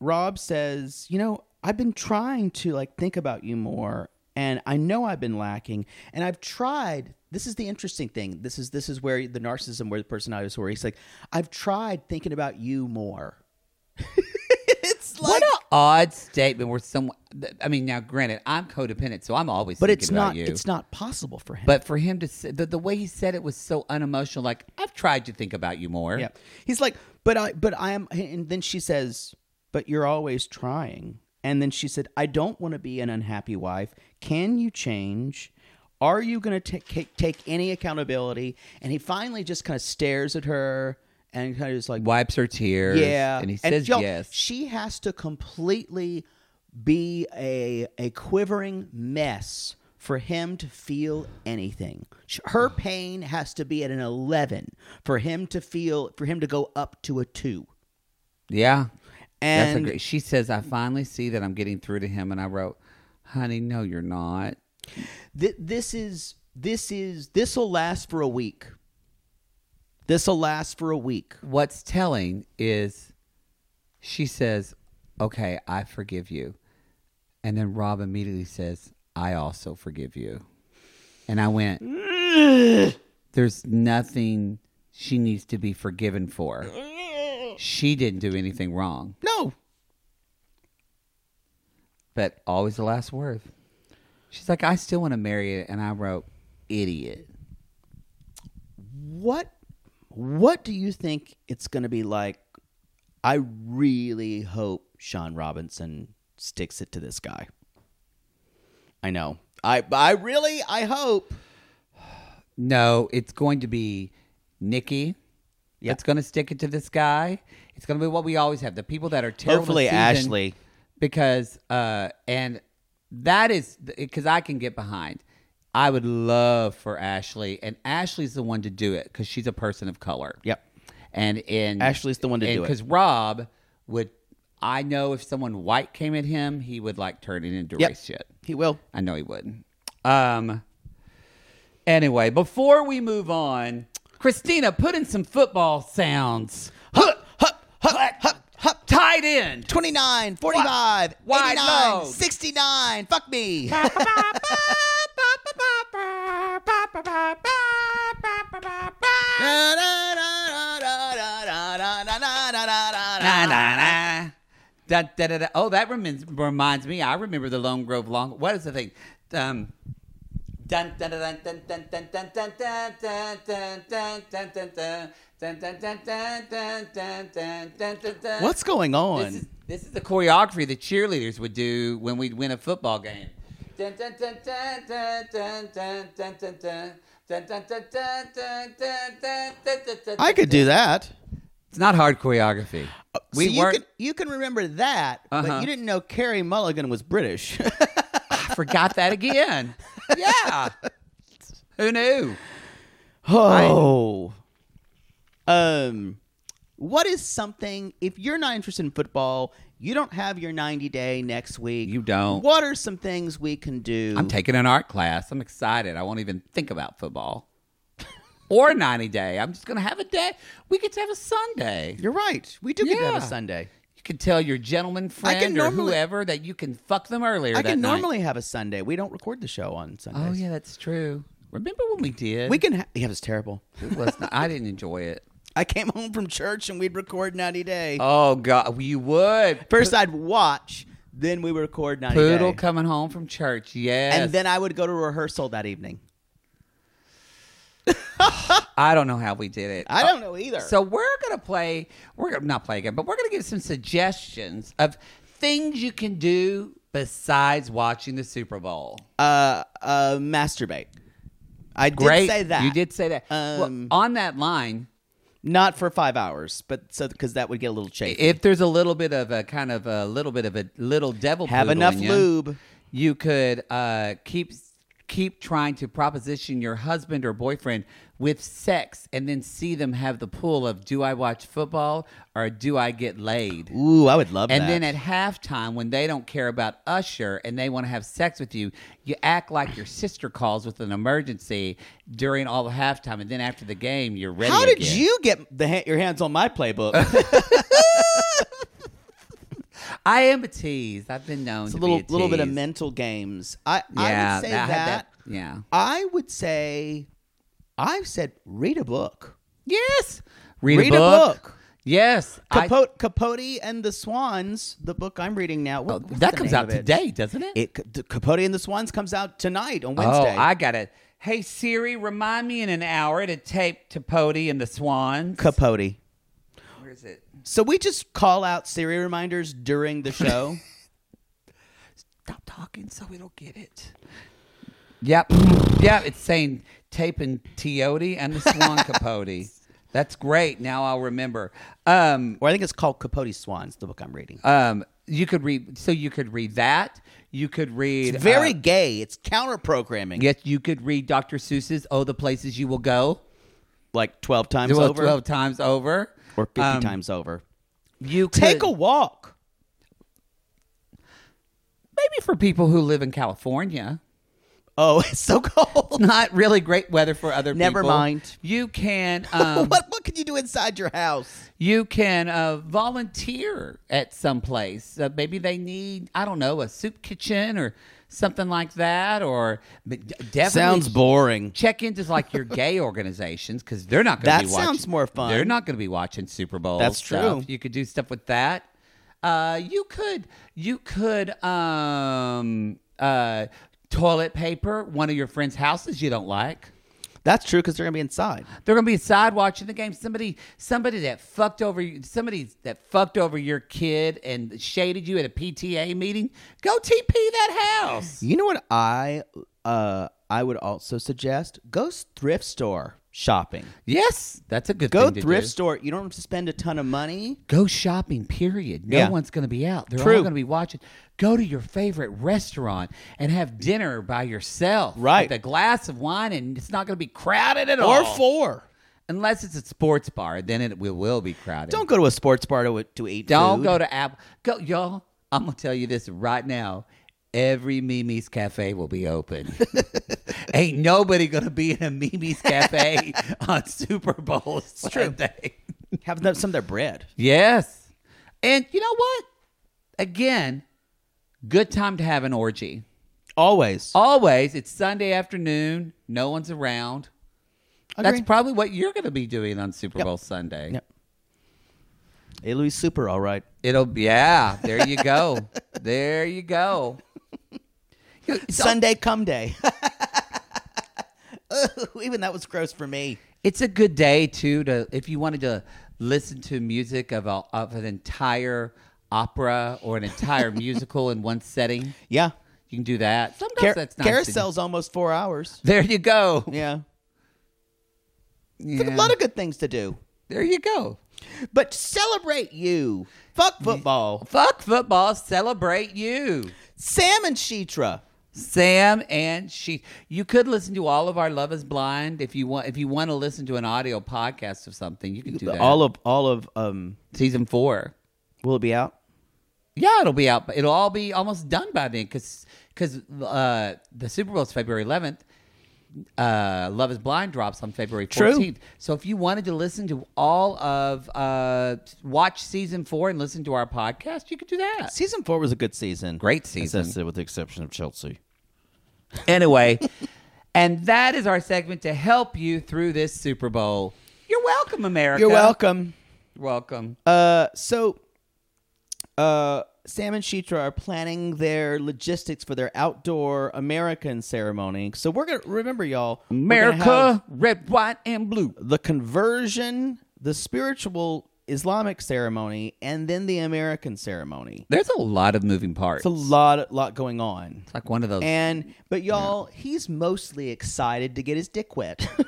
Speaker 3: Rob says, you know, I've been trying to like think about you more and I know I've been lacking and I've tried this is the interesting thing. This is this is where the narcissism where the personality disorder he's like, I've tried thinking about you more. it's like
Speaker 5: What a
Speaker 1: Odd statement where someone, th- I mean, now granted, I'm codependent, so I'm always
Speaker 3: But
Speaker 1: thinking
Speaker 3: it's
Speaker 1: about
Speaker 3: not
Speaker 1: you.
Speaker 3: it's not possible for him.
Speaker 1: But for him to say, the, the way he said it was so unemotional, like, I've tried to think about you more.
Speaker 3: yeah. He's like, but I but I am and then she says, But you're always trying. And then she said, I don't want to be an unhappy wife. Can you change? Are you going to take take any accountability? And he finally just kind of stares at her and kind of just like,
Speaker 1: Wipes her tears.
Speaker 3: yeah.
Speaker 1: And he says
Speaker 3: y'all,
Speaker 1: yes.
Speaker 3: She has to completely be a a quivering mess for him to feel anything. Sh- Her pain has to be at an 11 for him to feel for him to go up to a 2.
Speaker 1: yeah. That's a
Speaker 3: And
Speaker 1: great, she says, I finally see that I'm getting through to him. And I wrote, honey, no, you're not.
Speaker 3: th- this is this is this will last for a week. This will last for a week.
Speaker 1: What's telling is she says, okay, I forgive you. And then Rob immediately says, I also forgive you. And I went, there's nothing she needs to be forgiven for. She didn't do anything wrong,
Speaker 3: No.
Speaker 1: but always the last word. She's like, I still want to marry it. And I wrote, idiot.
Speaker 3: what what do you think it's going to be like i really hope sean robinson sticks it to this guy i know i i really i hope
Speaker 1: No, it's going to be Nikki.
Speaker 3: Yeah.
Speaker 1: It's going to stick it to this guy. It's going to be what we always have the people that are terrible.
Speaker 3: Hopefully
Speaker 1: this season
Speaker 3: Ashley.
Speaker 1: Because, uh, and that is because I can get behind. I would love for Ashley, and Ashley's the one to do it because she's a person of color.
Speaker 3: Yep.
Speaker 1: And in
Speaker 3: Ashley's the one to do it.
Speaker 1: Because Rob would, I know if someone white came at him, he would like turn it into
Speaker 3: Yep.
Speaker 1: race shit.
Speaker 3: he will
Speaker 1: I know he would. Um. Anyway, before we move on, Christina, put in some football sounds. Hup, hup, hup, hup, hup. Tied in.
Speaker 3: 29 45
Speaker 1: Wide
Speaker 3: 89
Speaker 1: load.
Speaker 3: 69 fuck me
Speaker 1: Na, na, na. Da, da, da, da. Oh, that reminds, reminds me. I remember the Lone Grove Long. What is the thing? Um, Dun, dun, dun, dun, dun, dun, dun, dun, dun, dun, dun, dun, dun, dun, dun. Dun, dun, dun, dun, dun, dun, dun, dun, dun, dun.
Speaker 3: what's going
Speaker 1: This is,
Speaker 3: on
Speaker 1: this is the choreography the cheerleaders would do when we'd win a football game. Dun, dun, dun, dun, dun, dun, dun, dun, dun, dun. Dun, dun, dun, dun, dun, dun, dun, dun, dun, dun,
Speaker 3: i could do that
Speaker 1: It's not hard choreography. We
Speaker 3: We you
Speaker 1: weren't- Uh-huh.
Speaker 3: can you can remember that, but you didn't know Carrie Mulligan was British.
Speaker 1: I forgot that again. yeah. Who knew?
Speaker 3: oh. Um what is something if you're not interested in football, you don't have your 90 day next week.
Speaker 1: You don't.
Speaker 3: What are some things we can do?
Speaker 1: I'm taking an art class. I'm excited. I won't even think about football or 90 day. I'm just going to have a day. We get to have a Sunday.
Speaker 3: You're right. We do get to have a
Speaker 1: Yeah.
Speaker 3: Sunday.
Speaker 1: You can tell your gentleman friend
Speaker 3: can normally-
Speaker 1: or whoever that you can fuck them earlier.
Speaker 3: I
Speaker 1: that
Speaker 3: can
Speaker 1: night.
Speaker 3: normally have a Sunday. We don't record the show on Sundays.
Speaker 1: Oh yeah, that's true. Remember when we did?
Speaker 3: We can ha- Yeah, it was terrible.
Speaker 1: It was not, I didn't enjoy it.
Speaker 3: I came home from church and we'd record 90 Day.
Speaker 1: Oh God, you would
Speaker 3: First, I'd watch, then we would record 90
Speaker 1: poodle
Speaker 3: Day.
Speaker 1: coming home from church. Yes,
Speaker 3: and then I would go to rehearsal that evening.
Speaker 1: I don't know how we did it.
Speaker 3: I don't know either.
Speaker 1: So we're gonna play. We're gonna not play again, but we're gonna give some suggestions of things you can do besides watching the Super Bowl.
Speaker 3: uh, uh, masturbate. I
Speaker 1: Great,
Speaker 3: did say that.
Speaker 1: You did say that.
Speaker 3: Um,
Speaker 1: well, on that line,
Speaker 3: Not for five hours, but so because that would get a little chafed.
Speaker 1: if there's a little bit of a kind of a little bit of a little devil,
Speaker 3: Have
Speaker 1: poodle
Speaker 3: enough
Speaker 1: in ya,
Speaker 3: lube.
Speaker 1: You could uh, keep keep trying to proposition your husband or boyfriend with sex, and then see them have the pull of do I watch football or do I get laid?
Speaker 3: Ooh, I would love
Speaker 1: And
Speaker 3: that.
Speaker 1: then at halftime, when they don't care about Usher and they want to have sex with you, you act like your sister calls with an emergency during all the halftime, and then after the game, you're ready.
Speaker 3: How did
Speaker 1: again.
Speaker 3: you get the ha- your hands on my playbook?
Speaker 1: I am a tease. I've been known.
Speaker 3: it's a
Speaker 1: to
Speaker 3: little
Speaker 1: be a
Speaker 3: little bit of
Speaker 1: tease.
Speaker 3: mental games. I I
Speaker 1: Yeah,
Speaker 3: would say
Speaker 1: that-
Speaker 3: that.
Speaker 1: that- yeah.
Speaker 3: I would say. I've said read a book.
Speaker 1: Yes. Read,
Speaker 3: Read a
Speaker 1: a, book.
Speaker 3: book.
Speaker 1: Yes. I-
Speaker 3: Capote, Capote and the Swans, the book I'm reading now. What, what's
Speaker 1: Oh, that
Speaker 3: the
Speaker 1: comes
Speaker 3: name
Speaker 1: out
Speaker 3: of it?
Speaker 1: today, doesn't it?
Speaker 3: It the Capote and the Swans comes out tonight on
Speaker 1: oh,
Speaker 3: Wednesday.
Speaker 1: I got it. Hey Siri, remind me in an hour to tape Tapoti and the Swans.
Speaker 3: Capote.
Speaker 1: Where is it?
Speaker 3: So we just call out Siri reminders during the show.
Speaker 1: Stop talking so we don't get it. Yep. yep. It's saying tape and Teote and the Swan Capote. That's great. Now I'll remember. Um,
Speaker 3: or I think it's called Capote Swans, the book I'm reading.
Speaker 1: um, you could read. So you could read that. You could read.
Speaker 3: it's very
Speaker 1: uh,
Speaker 3: gay. It's counter programming.
Speaker 1: yes. You could read Dr. Seuss's "Oh, the Places You Will Go."
Speaker 3: Like 12 times
Speaker 1: Well,
Speaker 3: over.
Speaker 1: 12 times over.
Speaker 3: Or 50
Speaker 1: Um,
Speaker 3: times over.
Speaker 1: You could,
Speaker 3: Take a walk.
Speaker 1: maybe for people who live in California.
Speaker 3: Oh, it's so cold.
Speaker 1: Not really great weather for other
Speaker 3: Never
Speaker 1: people.
Speaker 3: mind.
Speaker 1: You can um,
Speaker 3: what what can you do inside your house?
Speaker 1: you can uh, volunteer at some place. Uh, maybe they need I don't know a soup kitchen or something like that. Or but d- definitely
Speaker 3: boring.
Speaker 1: Check into like your gay organizations because they're not going
Speaker 3: That
Speaker 1: to be watching.
Speaker 3: sounds more fun.
Speaker 1: They're not going to be watching Super Bowl.
Speaker 3: That's
Speaker 1: stuff.
Speaker 3: true.
Speaker 1: You could do stuff with that. Uh, you could you could um uh toilet paper one of your friends' houses you don't like.
Speaker 3: That's true because they're going to be inside.
Speaker 1: They're going to be inside watching the game. Somebody, somebody that fucked over you, somebody that fucked over your kid and shaded you at a PTA meeting. Go TP that house.
Speaker 3: You know what I uh I would also suggest? Go s- thrift store shopping.
Speaker 1: Yes, that's a good.
Speaker 3: Go
Speaker 1: thing to
Speaker 3: thrift
Speaker 1: do.
Speaker 3: store. You don't have to spend a ton of money.
Speaker 1: Go shopping. Period. No
Speaker 3: Yeah.
Speaker 1: one's going to be out. They're
Speaker 3: True.
Speaker 1: all going to be watching. Go to your favorite restaurant and have dinner by yourself.
Speaker 3: Right.
Speaker 1: With a glass of wine, and it's not going to be crowded at
Speaker 3: Or
Speaker 1: all.
Speaker 3: four.
Speaker 1: Unless it's a sports bar, then it will, will be crowded.
Speaker 3: Don't go to a sports bar to, to eat
Speaker 1: Don't
Speaker 3: food.
Speaker 1: go to Apple. Go, y'all. I'm gonna tell you this right now. Every Mimi's Cafe will be open. Ain't nobody gonna be in a Mimi's Cafe on Super Bowl Sunday.
Speaker 3: Have them, some of their bread.
Speaker 1: Yes, and you know what? Again, good time to have an orgy.
Speaker 3: Always.
Speaker 1: Oh, Always, it's Sunday afternoon. No one's around. That's
Speaker 3: Agree.
Speaker 1: probably what you're gonna be doing on Super Bowl Sunday.
Speaker 3: Yep. Hey, Louis Super, all right.
Speaker 1: It'll yeah. There you go. there you go.
Speaker 3: Sunday come day. Ooh, even that was gross for me.
Speaker 1: It's a good day too to if you wanted to listen to music of a, of an entire opera or an entire musical in one setting.
Speaker 3: Yeah.
Speaker 1: You can do that. Sometimes
Speaker 3: Car-
Speaker 1: that's nice. to do.
Speaker 3: Carousel's almost four hours.
Speaker 1: There you go.
Speaker 3: Yeah.
Speaker 1: Yeah.
Speaker 3: A lot of good things to do.
Speaker 1: there you go.
Speaker 3: But celebrate you. Fuck football.
Speaker 1: Fuck football. Celebrate you.
Speaker 3: Sam and Sheetra.
Speaker 1: Sam and she. You could listen to all of our Love Is Blind if you want. If you want to listen to an audio podcast of something, you can do that.
Speaker 3: All of all of um
Speaker 1: season four.
Speaker 3: will it be out?
Speaker 1: Yeah, it'll be out. It'll all be almost done by then, because uh, the Super Bowl is February 11th. Uh, Love Is Blind drops on February 14th.
Speaker 3: True.
Speaker 1: So if you wanted to listen to all of uh, watch season four and listen to our podcast, you could do that.
Speaker 3: Season four was a good season.
Speaker 1: Great season.
Speaker 3: Except with the exception of Chelsea.
Speaker 1: Anyway, and that is our segment to help you through this Super Bowl. You're welcome, America.
Speaker 3: You're welcome.
Speaker 1: You're welcome.
Speaker 3: Uh, so, uh, Sam and Sheetra are planning their logistics for their outdoor American ceremony. So we're gonna remember, y'all. we're gonna have
Speaker 1: America, red, white, and blue.
Speaker 3: the conversion, the spiritual Islamic ceremony, and then the American ceremony.
Speaker 1: There's a lot of moving parts.
Speaker 3: It's a lot, lot going on.
Speaker 1: It's like one of those.
Speaker 3: And but y'all, he's mostly excited to get his dick wet.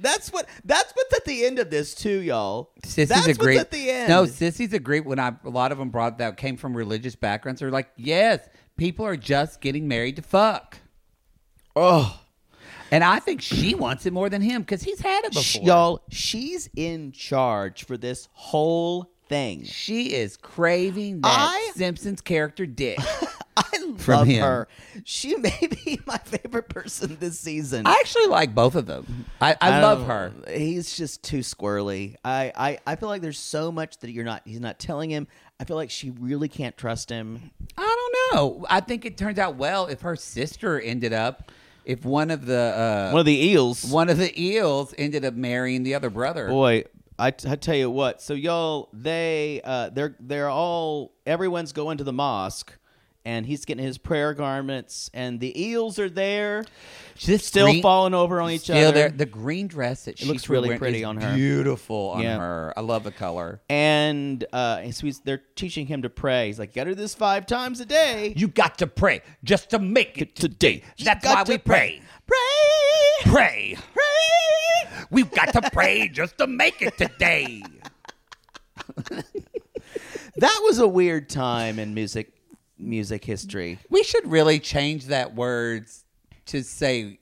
Speaker 3: that's what that's what's at the end of this too, y'all.
Speaker 1: Sissy's
Speaker 3: that's
Speaker 1: a great.
Speaker 3: what's at the end.
Speaker 1: No, sissies agree. When I a lot of them brought that came from religious backgrounds. They're like, yes, people are just getting married to fuck,
Speaker 3: oh,
Speaker 1: and I think she wants it more than him because he's had it before.
Speaker 3: sh- y'all, she's in charge for this whole thing.
Speaker 1: she is craving that
Speaker 3: I-
Speaker 1: Simpsons character dick.
Speaker 3: I
Speaker 1: From
Speaker 3: love
Speaker 1: him.
Speaker 3: her. She may be my favorite person this season.
Speaker 1: I actually like both of them. I, I,
Speaker 3: don't-
Speaker 1: love her.
Speaker 3: He's just too squirrely. I, I, I feel like there's so much that you're not. He's not telling him. I feel like she really can't trust him.
Speaker 1: I don't know. I think it turns out well if her sister ended up, if one of the uh,
Speaker 3: One of the eels.
Speaker 1: one of the eels ended up marrying the other brother.
Speaker 3: Boy, I, t- I tell you what. So y'all, they uh, they're they're all everyone's going to the mosque, and he's getting his prayer garments, and the eels are there,
Speaker 1: This
Speaker 3: still
Speaker 1: green-
Speaker 3: falling over on each
Speaker 1: still
Speaker 3: other.
Speaker 1: there. The green dress that she
Speaker 3: looks really pretty on her.
Speaker 1: Beautiful on
Speaker 3: Yeah.
Speaker 1: her. I love the color.
Speaker 3: and uh, and so he's, they're teaching him to pray. He's like, "You got to do this five times a day."
Speaker 1: You got to pray just to make it today. That's
Speaker 3: got
Speaker 1: why
Speaker 3: to
Speaker 1: we pray.
Speaker 3: Pray,
Speaker 1: Pray. Pray. We've got to pray just to make it today.
Speaker 3: That was a weird time in music music history.
Speaker 1: We should really change that words to say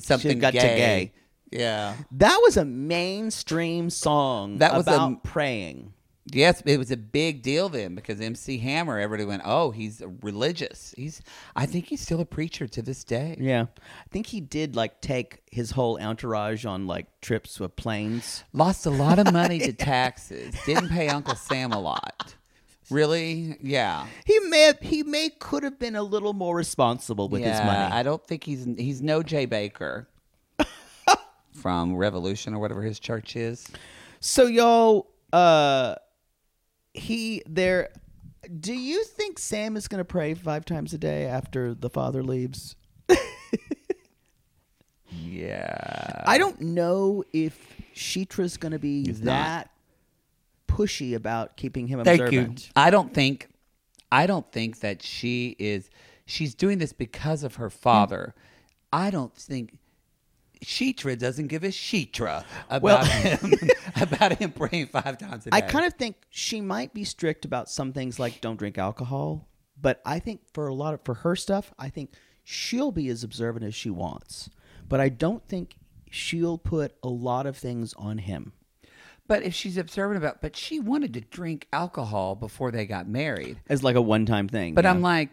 Speaker 1: something
Speaker 3: got to
Speaker 1: gay. Yeah.
Speaker 3: That was a mainstream song
Speaker 1: That was a-
Speaker 3: about praying.
Speaker 1: Yes, it was a big deal then because MC Hammer, everybody went, "Oh, he's religious. He's, I think he's still a preacher to this day."
Speaker 3: Yeah. I think he did like take his whole entourage on like trips with planes.
Speaker 1: Lost a lot of money to taxes. Didn't pay Uncle Sam a lot. Really? Yeah.
Speaker 3: He may have, he may could have been a little more responsible with his
Speaker 1: Yeah,
Speaker 3: money.
Speaker 1: I don't think he's he's no Jay Baker from Revolution or whatever his church is.
Speaker 3: So y'all uh he there do you think Sam is going to pray 5 times a day after the father leaves?
Speaker 1: Yeah.
Speaker 3: I don't know if Sheetra's going to be that pushy about keeping him
Speaker 1: Thank
Speaker 3: observant.
Speaker 1: you. I don't think I don't think that she is she's doing this because of her father.
Speaker 3: Hmm.
Speaker 1: I don't think Sheetra doesn't give a Sheetra about
Speaker 3: Well-
Speaker 1: him about him praying five times a day.
Speaker 3: I kind of think she might be strict about some things like don't drink alcohol, but I think for a lot of for her stuff, I think she'll be as observant as she wants. But I don't think she'll put a lot of things on him.
Speaker 1: But if she's observant about, but she wanted to drink alcohol before they got married.
Speaker 3: As like a one-time thing.
Speaker 1: But
Speaker 3: you
Speaker 1: I'm
Speaker 3: know?
Speaker 1: like,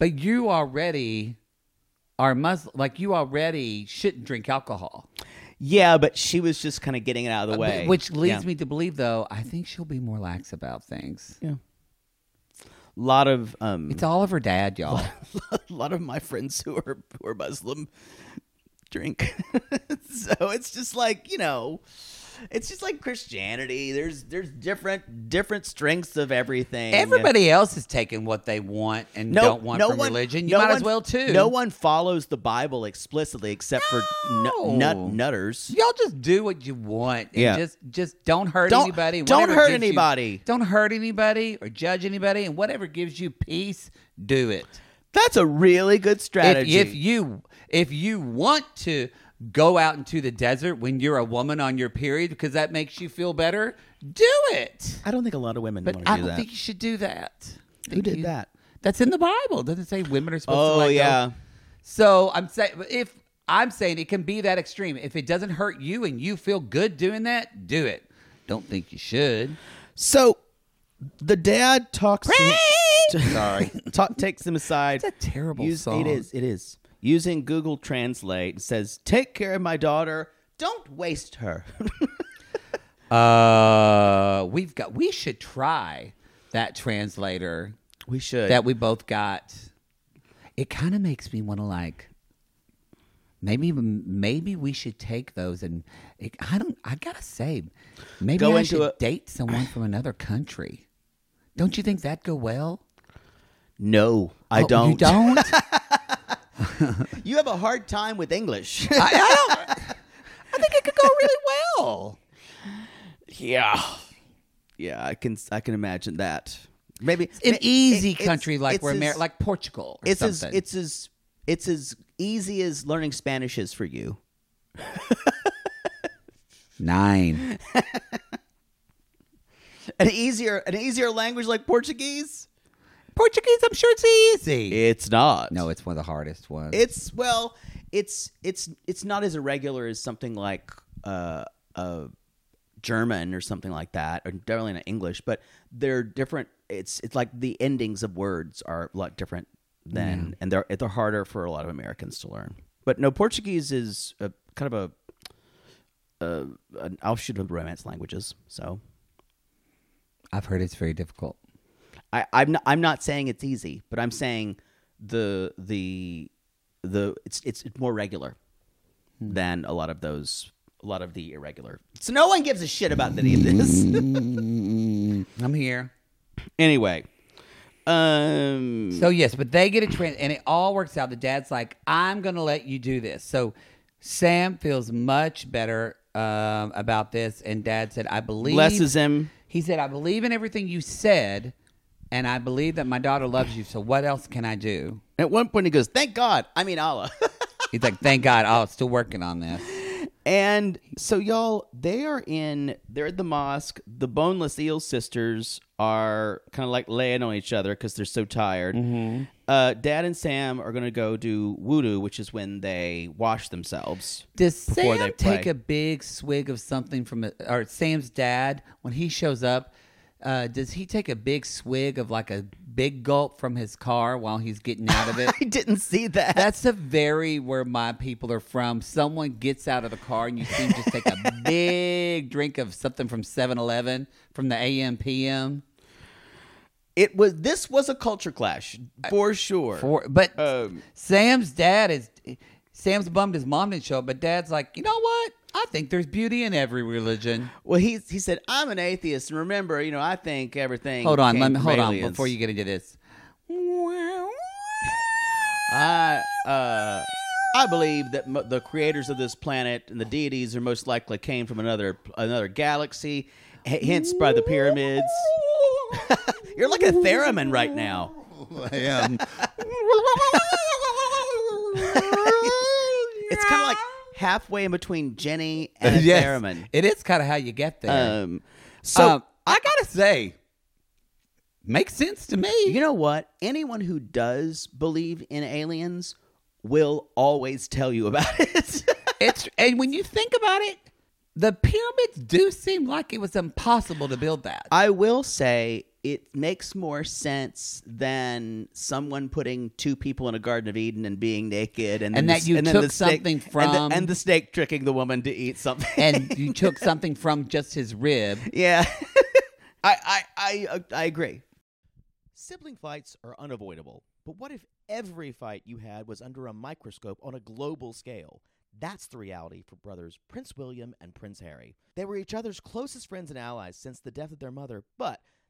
Speaker 1: but you already are Muslim. Like you already shouldn't drink alcohol.
Speaker 3: yeah, but she was just kind of getting it out of the way,
Speaker 1: Uh, Which leads
Speaker 3: Yeah.
Speaker 1: me to believe, though, I think she'll be more lax about things.
Speaker 3: Yeah. A lot of um,
Speaker 1: It's all of her dad, y'all.
Speaker 3: a lot of my friends who are who are Muslim drink. so it's just like, you know, it's just like Christianity. There's there's different different strengths of everything.
Speaker 1: Everybody else is taking what they want and
Speaker 3: no,
Speaker 1: don't want
Speaker 3: no
Speaker 1: from
Speaker 3: one,
Speaker 1: religion. You
Speaker 3: no
Speaker 1: might
Speaker 3: one-
Speaker 1: as well too.
Speaker 3: No one follows the Bible explicitly except for nu- nut
Speaker 1: No.
Speaker 3: nutters.
Speaker 1: Y'all just do what you want. And
Speaker 3: Yeah.
Speaker 1: Just just don't hurt
Speaker 3: Don't-
Speaker 1: anybody.
Speaker 3: don't
Speaker 1: Whatever
Speaker 3: hurt
Speaker 1: gives you-
Speaker 3: anybody.
Speaker 1: don't hurt anybody or judge anybody. And whatever gives you peace, do it.
Speaker 3: That's a really good
Speaker 1: If,
Speaker 3: strategy.
Speaker 1: if you if you want to go out into the desert when you're a woman on your period because that makes you feel better, do it.
Speaker 3: I don't think a lot of women
Speaker 1: But
Speaker 3: want to
Speaker 1: I
Speaker 3: do
Speaker 1: don't
Speaker 3: that.
Speaker 1: think you should do that. I
Speaker 3: Who
Speaker 1: think
Speaker 3: did
Speaker 1: you-
Speaker 3: that?
Speaker 1: That's in the Bible. Doesn't it say women are supposed
Speaker 3: Oh,
Speaker 1: to like
Speaker 3: yeah.
Speaker 1: So I'm saying if I'm saying it can be that extreme. If it doesn't hurt you and you feel good doing that, do it. Don't think you should.
Speaker 3: So the dad talks. To, Sorry, Talk, takes him
Speaker 1: It's
Speaker 3: aside.
Speaker 1: a terrible
Speaker 3: Use-
Speaker 1: song.
Speaker 3: It is. It is using Google Translate and says, "Take care of my daughter. Don't waste her."
Speaker 1: Uh, we've got. We should try that translator
Speaker 3: we should.
Speaker 1: that we both got. It kind of makes me want to like. Maybe maybe we should take those and it, I don't. I gotta say, maybe
Speaker 3: Go
Speaker 1: I
Speaker 3: into
Speaker 1: should
Speaker 3: a-
Speaker 1: date someone from another country. Don't you think that'd go well?
Speaker 3: no, I
Speaker 1: Oh,
Speaker 3: don't.
Speaker 1: You don't. I,
Speaker 3: You have a hard time with English.
Speaker 1: I don't. I think it could go really well.
Speaker 3: yeah, yeah. I can. I can imagine that. Maybe
Speaker 1: An
Speaker 3: ma-
Speaker 1: easy
Speaker 3: it- it's-
Speaker 1: country like
Speaker 3: it's
Speaker 1: we're
Speaker 3: as-
Speaker 1: Amer- like Portugal. Or
Speaker 3: it's as
Speaker 1: something.
Speaker 3: it's as it's as easy as learning Spanish is for you.
Speaker 1: nine.
Speaker 3: An easier an easier language like Portuguese.
Speaker 1: Portuguese, I'm sure it's easy.
Speaker 3: It's not.
Speaker 1: No, it's one of the hardest ones.
Speaker 3: It's well, it's it's it's not as irregular as something like uh, uh, German or something like that, or definitely not English. But they're different. It's it's like the endings of words are a lot different than, and they're they're harder for a lot of Americans to learn. But no, Portuguese is a, kind of a, a an offshoot of Romance languages. So
Speaker 1: I've heard it's very difficult.
Speaker 3: I, I'm not, I'm not saying it's easy, but I'm saying the the the it's it's more regular than a lot of those a lot of the irregular. So no one gives a shit about any of this.
Speaker 1: I'm here.
Speaker 3: anyway, um,
Speaker 1: So yes, but they get a trans, and it all works out. The dad's like, "I'm going to let you do this." So Sam feels much better um, about this, and Dad said, "I believe."
Speaker 3: blesses him.
Speaker 1: He said, "I believe in everything you said, and I believe that my daughter loves you. So what else can I do?"
Speaker 3: At one point, he goes, "Thank God." I mean, Allah.
Speaker 1: He's like, "Thank God, oh, I'm still working on this."
Speaker 3: And so y'all, they are in they're at the mosque. The boneless eel sisters are kind of like laying on each other because they're so tired.
Speaker 1: Mm-hmm.
Speaker 3: Uh, Dad and Sam are gonna go do wudu, which is when they wash themselves.
Speaker 1: Does
Speaker 3: before
Speaker 1: Sam
Speaker 3: they
Speaker 1: take
Speaker 3: play.
Speaker 1: a big swig of something from a, or Sam's dad when he shows up? Uh, does he take a big swig of like a big gulp from his car while he's getting out of it?
Speaker 3: I didn't see that.
Speaker 1: That's a very where my people are from. Someone gets out of the car and you see him just take a big drink of something from 7-Eleven from the AM PM.
Speaker 3: It was this was a culture clash for sure.
Speaker 1: For, but
Speaker 3: Um,
Speaker 1: Sam's dad is Sam's bummed his mom didn't show up, but dad's like, you know what? I think there's beauty in every religion.
Speaker 3: well, he he said, "I'm an atheist, and remember, you know, I think everything."
Speaker 1: Hold on,
Speaker 3: came
Speaker 1: let me
Speaker 3: from
Speaker 1: hold on
Speaker 3: aliens."
Speaker 1: before you get into this.
Speaker 3: I uh, I believe that mo- the creators of this planet and the deities are most likely came from another another galaxy, h- hence by the pyramids. You're like a theremin right now.
Speaker 1: I am.
Speaker 3: It's kind of like halfway in between Jenny and a theremin.
Speaker 1: It is kind of how you get there.
Speaker 3: Um, so
Speaker 1: Um, I gotta say, makes sense to me.
Speaker 3: you know what? Anyone who does believe in aliens will always tell you about it.
Speaker 1: It's and when you think about it, the pyramids do seem like it was impossible to build that.
Speaker 3: I will say it makes more sense than someone putting two people in a Garden of Eden and being naked, and,
Speaker 1: And
Speaker 3: then
Speaker 1: that
Speaker 3: the-
Speaker 1: you
Speaker 3: and then
Speaker 1: took
Speaker 3: the snake-
Speaker 1: something
Speaker 3: and the-
Speaker 1: from-
Speaker 3: and the, snake tricking the woman to eat something.
Speaker 1: and you took something from just his rib.
Speaker 3: yeah, I, I
Speaker 6: uh,
Speaker 3: I I agree. Sibling fights are unavoidable, but what if every fight you had was under a microscope on a global scale?
Speaker 6: That's the reality for brothers Prince William and Prince Harry. They were each other's closest friends and allies since the death of their mother, but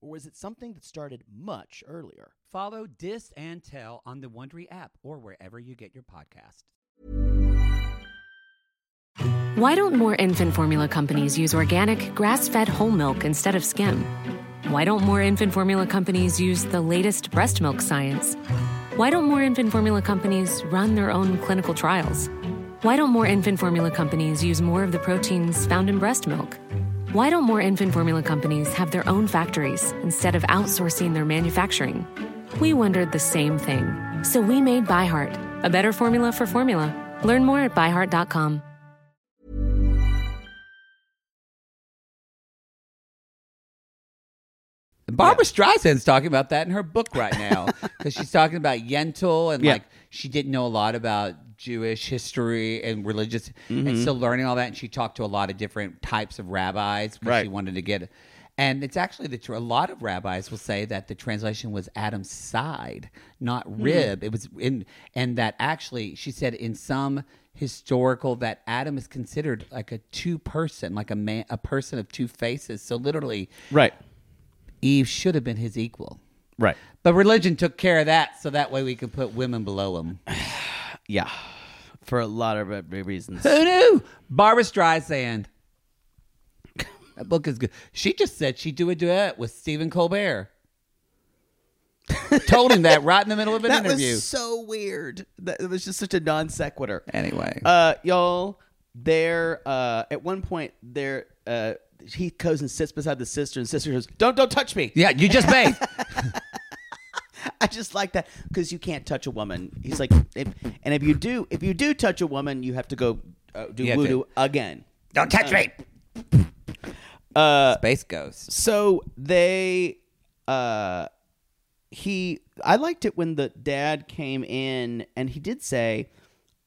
Speaker 3: or was it something that started much earlier?
Speaker 7: Follow Dis and Tell on the Wondery app or wherever you get your podcast.
Speaker 8: Why don't more infant formula companies use organic, grass fed whole milk instead of skim? Why don't more infant formula companies use the latest breast milk science? Why don't more infant formula companies run their own clinical trials? Why don't more infant formula companies use more of the proteins found in breast milk? Why don't more infant formula companies have their own factories instead of outsourcing their manufacturing? We wondered the same thing. So we made ByHeart, a better formula for formula. Learn more at byheart.com.
Speaker 1: Barbara Streisand's talking about that in her book right now because she's talking about Yentl and
Speaker 9: Yeah.
Speaker 1: like she didn't know a lot about Jewish history and religious
Speaker 9: Mm-hmm.
Speaker 1: and still learning all that. And she talked to a lot of different types of rabbis because she
Speaker 9: Right.
Speaker 1: wanted to get. And it's actually the tr- a lot of rabbis will say that the translation was Adam's side, not
Speaker 9: Hmm.
Speaker 1: rib. It was in and that actually she said in some historical that Adam is considered like a two person, like a man, a person of two faces. So literally,
Speaker 9: Right.
Speaker 1: Eve should have been his equal.
Speaker 9: Right.
Speaker 1: But religion took care of that, so that way we could put women below him.
Speaker 3: Yeah, for a lot of uh, reasons.
Speaker 1: Who knew? Barbara Streisand. That book is good. She just said she'd do a duet with Stephen Colbert. Told him that right in the middle of an
Speaker 3: that
Speaker 1: interview.
Speaker 3: was so weird. That it was just such a non sequitur.
Speaker 1: anyway,
Speaker 3: uh, y'all, there. Uh, at one point, there, uh, he goes and sits beside the sister, and sister goes, "Don't, don't touch me."
Speaker 1: yeah, you just made.
Speaker 3: I just like that because you can't touch a woman. He's like, if, and if you do, if you do touch a woman, you have to go uh, do
Speaker 1: have
Speaker 3: voodoo again.
Speaker 1: Don't touch me. Space Ghost.
Speaker 3: So they, uh, he, I liked it when the dad came in and he did say,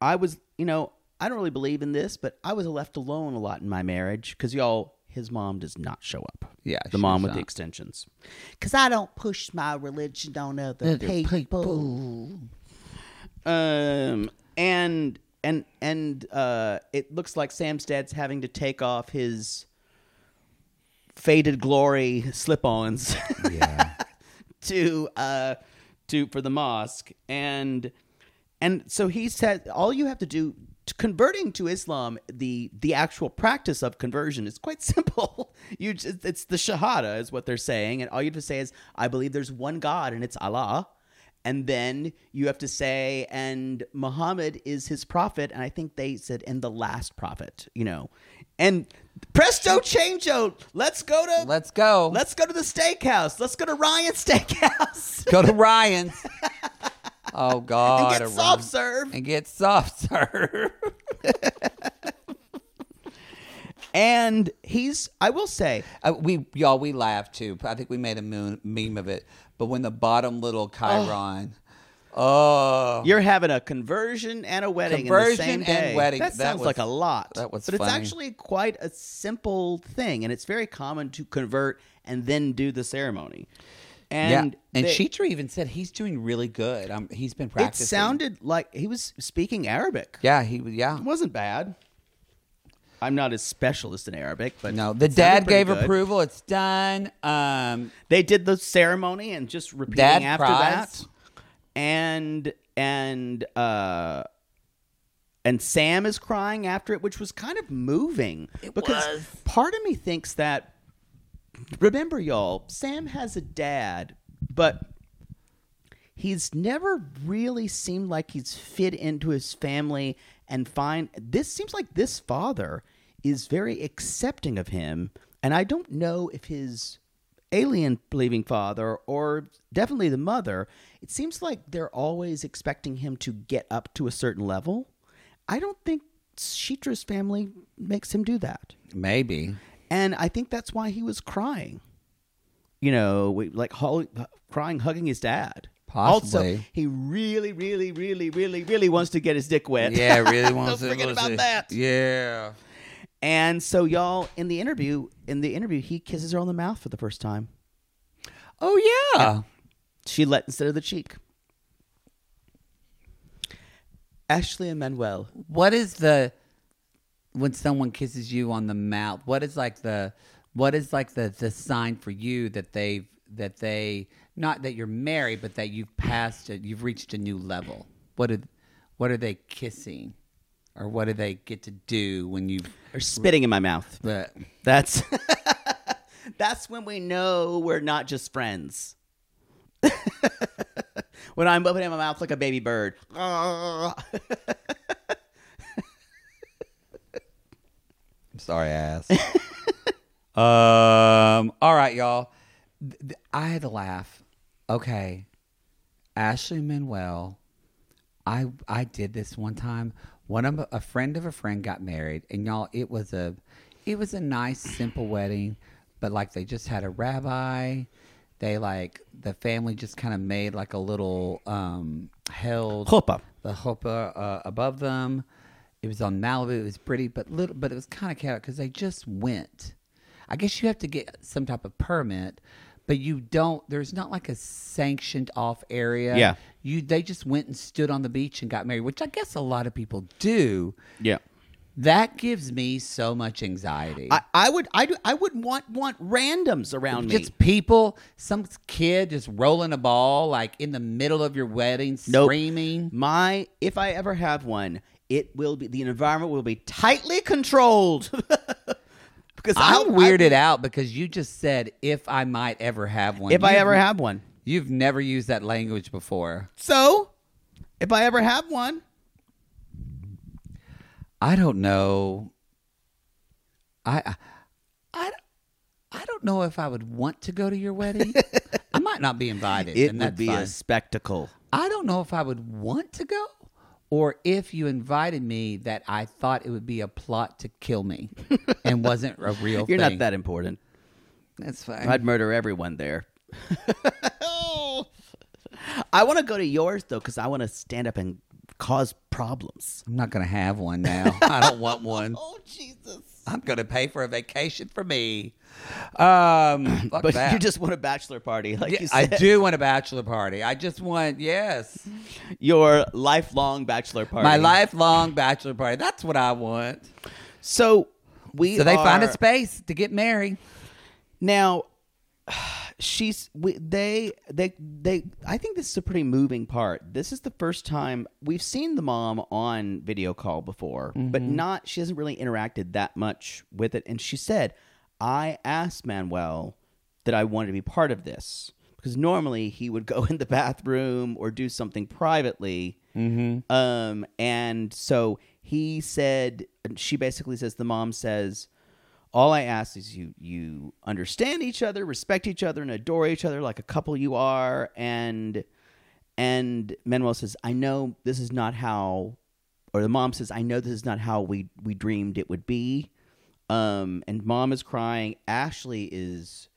Speaker 3: I was, you know, I don't really believe in this, but I was left alone a lot in my marriage because y'all, his mom does not show up.
Speaker 1: Yeah, she
Speaker 3: The mom
Speaker 1: does
Speaker 3: with the
Speaker 1: not.
Speaker 3: extensions.
Speaker 2: Because I don't push my religion on other, people.
Speaker 3: Um, and, and, and, uh, it looks like Sam's dad's having to take off his faded glory slip ons. to uh to for the mosque and and so he said all you have to do to converting to Islam the the actual practice of conversion is quite simple you just, it's the shahada is what they're saying and all you have to say is I believe there's one God and it's Allah and then you have to say and Muhammad is his prophet and I think they said and the last prophet you know and presto changeo let's go to
Speaker 1: Let's go.
Speaker 3: Let's go to the steakhouse. Let's go to Ryan's Steakhouse
Speaker 1: go to Ryan's. Oh
Speaker 3: and
Speaker 1: God!
Speaker 3: get
Speaker 1: a
Speaker 3: soft
Speaker 1: Ryan-
Speaker 3: serve.
Speaker 1: And get soft serve.
Speaker 3: And he's, I will say,
Speaker 1: Uh, we y'all we laughed too. I think we made a moon, meme of it. But when the bottom little Chiron, oh,
Speaker 3: you're having a conversion and a wedding in the
Speaker 1: Conversion
Speaker 3: same
Speaker 1: and
Speaker 3: day.
Speaker 1: wedding.
Speaker 3: That,
Speaker 1: That
Speaker 3: sounds
Speaker 1: was-
Speaker 3: like a lot.
Speaker 1: that was
Speaker 3: but it's
Speaker 1: funny.
Speaker 3: actually quite a simple thing, and it's very common to convert and then do the ceremony. And
Speaker 1: yeah. And
Speaker 3: they-
Speaker 1: Cheetra even said he's doing really good. Um, he's been
Speaker 3: it
Speaker 1: practicing.
Speaker 3: sounded like he was speaking Arabic.
Speaker 1: Yeah, he yeah.
Speaker 3: It wasn't bad. I'm not a specialist in Arabic, but
Speaker 1: No, the
Speaker 3: it sounded
Speaker 1: dad
Speaker 3: pretty
Speaker 1: gave
Speaker 3: good.
Speaker 1: approval. It's done. Um,
Speaker 3: They did the ceremony and just repeating
Speaker 1: Dad
Speaker 3: after
Speaker 1: cries.
Speaker 3: that. And and uh and Sam is crying after it, which was kind of moving. because part of me thinks that remember y'all, Sam has a dad, but he's never really seemed like he's fit into his family and fine this seems like this father is very accepting of him and i don't know if his alien believing father or definitely the mother it seems like they're always expecting him to get up to a certain level i don't think shitra's family makes him do that
Speaker 1: maybe.
Speaker 3: and I think that's why he was crying. You know, we, like ho- crying, hugging his dad. Also,
Speaker 1: Possibly.
Speaker 3: he really, really, really, really, really wants to get his dick wet.
Speaker 1: Yeah, really wants
Speaker 3: Don't
Speaker 1: to
Speaker 3: forget
Speaker 1: listen.
Speaker 3: about that.
Speaker 1: Yeah.
Speaker 3: And so y'all in the interview, in the interview, he kisses her on the mouth for the first time.
Speaker 10: Oh yeah.
Speaker 3: She let instead of the cheek. Ashley and Manuel.
Speaker 1: What is the when someone kisses you on the mouth? What is like the what is like the the sign for you that they've that they not that you're married, but that you've passed it, you've reached a new level. What are what are they kissing, or what do they get to do when you?
Speaker 3: Or spitting in my mouth.
Speaker 1: But
Speaker 3: That's that's when we know we're not just friends. when I'm opening my mouth like a baby bird.
Speaker 10: I'm sorry, ass.
Speaker 1: um, all right, y'all. Th- th- I had to laugh. Okay, Ashley Manuel. I I did this one time. One of a friend of a friend got married, and y'all, it was a it was a nice simple wedding, but like they just had a rabbi. They like the family just kind of made like a little um held
Speaker 3: Chuppah.
Speaker 1: the chuppah uh, above them. It was on Malibu. It was pretty, but little, but it was kind of chaotic because they just went. I guess you have to get some type of permit, but you don't. There's not like a sanctioned off area.
Speaker 3: Yeah.
Speaker 1: you they just went and stood on the beach and got married, which I guess a lot of people do.
Speaker 3: Yeah.
Speaker 1: That gives me so much anxiety.
Speaker 3: I, I would I do I would want want randoms around me.
Speaker 1: just people, some kid just rolling a ball like in the middle of your wedding,
Speaker 3: Nope.
Speaker 1: screaming.
Speaker 3: My if I ever have one, it will be the environment will be tightly controlled.
Speaker 1: I'm
Speaker 3: because I'll-
Speaker 1: weirded out because you just said if I might ever have one.
Speaker 3: if I
Speaker 1: You've-
Speaker 3: ever have one.
Speaker 1: you've never used that language before.
Speaker 3: So, if I ever have one,
Speaker 1: I don't know. I, I, I I don't know if I would want to go to your wedding. I might not be invited.
Speaker 3: it
Speaker 1: and
Speaker 3: would
Speaker 1: that's
Speaker 3: be
Speaker 1: fine.
Speaker 3: a spectacle.
Speaker 1: I don't know if I would want to go or if you invited me that I thought it would be a plot to kill me and wasn't a real
Speaker 3: You're
Speaker 1: thing.
Speaker 3: not that important.
Speaker 1: That's fine.
Speaker 3: I'd murder everyone there. I want to go to yours though, because I want to stand up and cause problems.
Speaker 1: I'm not going to have one now. I don't want one. Oh, Jesus. I'm going to pay for a vacation for me. Um, fuck
Speaker 3: But
Speaker 1: that.
Speaker 3: you just want a bachelor party, like
Speaker 1: Yeah,
Speaker 3: you
Speaker 1: I
Speaker 3: said,
Speaker 1: do want a bachelor party. I just want, yes,
Speaker 3: your lifelong bachelor party.
Speaker 1: my lifelong bachelor party. That's what I want.
Speaker 3: So we
Speaker 1: So they find a
Speaker 3: are-
Speaker 1: space to get married.
Speaker 3: Now, she's we, they they they. I think this is a pretty moving part. This is the first time we've seen the mom on video call before, but
Speaker 1: Mm-hmm.
Speaker 3: not. She hasn't really interacted that much with it. And she said, "I asked Manuel that I wanted to be part of this because normally he would go in the bathroom or do something privately." Mm-hmm. Um, and so he said, and she basically says, the mom says. All I ask is you you understand each other, respect each other, and adore each other like a couple you are. And and Manuel says, I know this is not how, or the mom says, I know this is not how we we dreamed it would be. Um, and mom is crying. Ashley is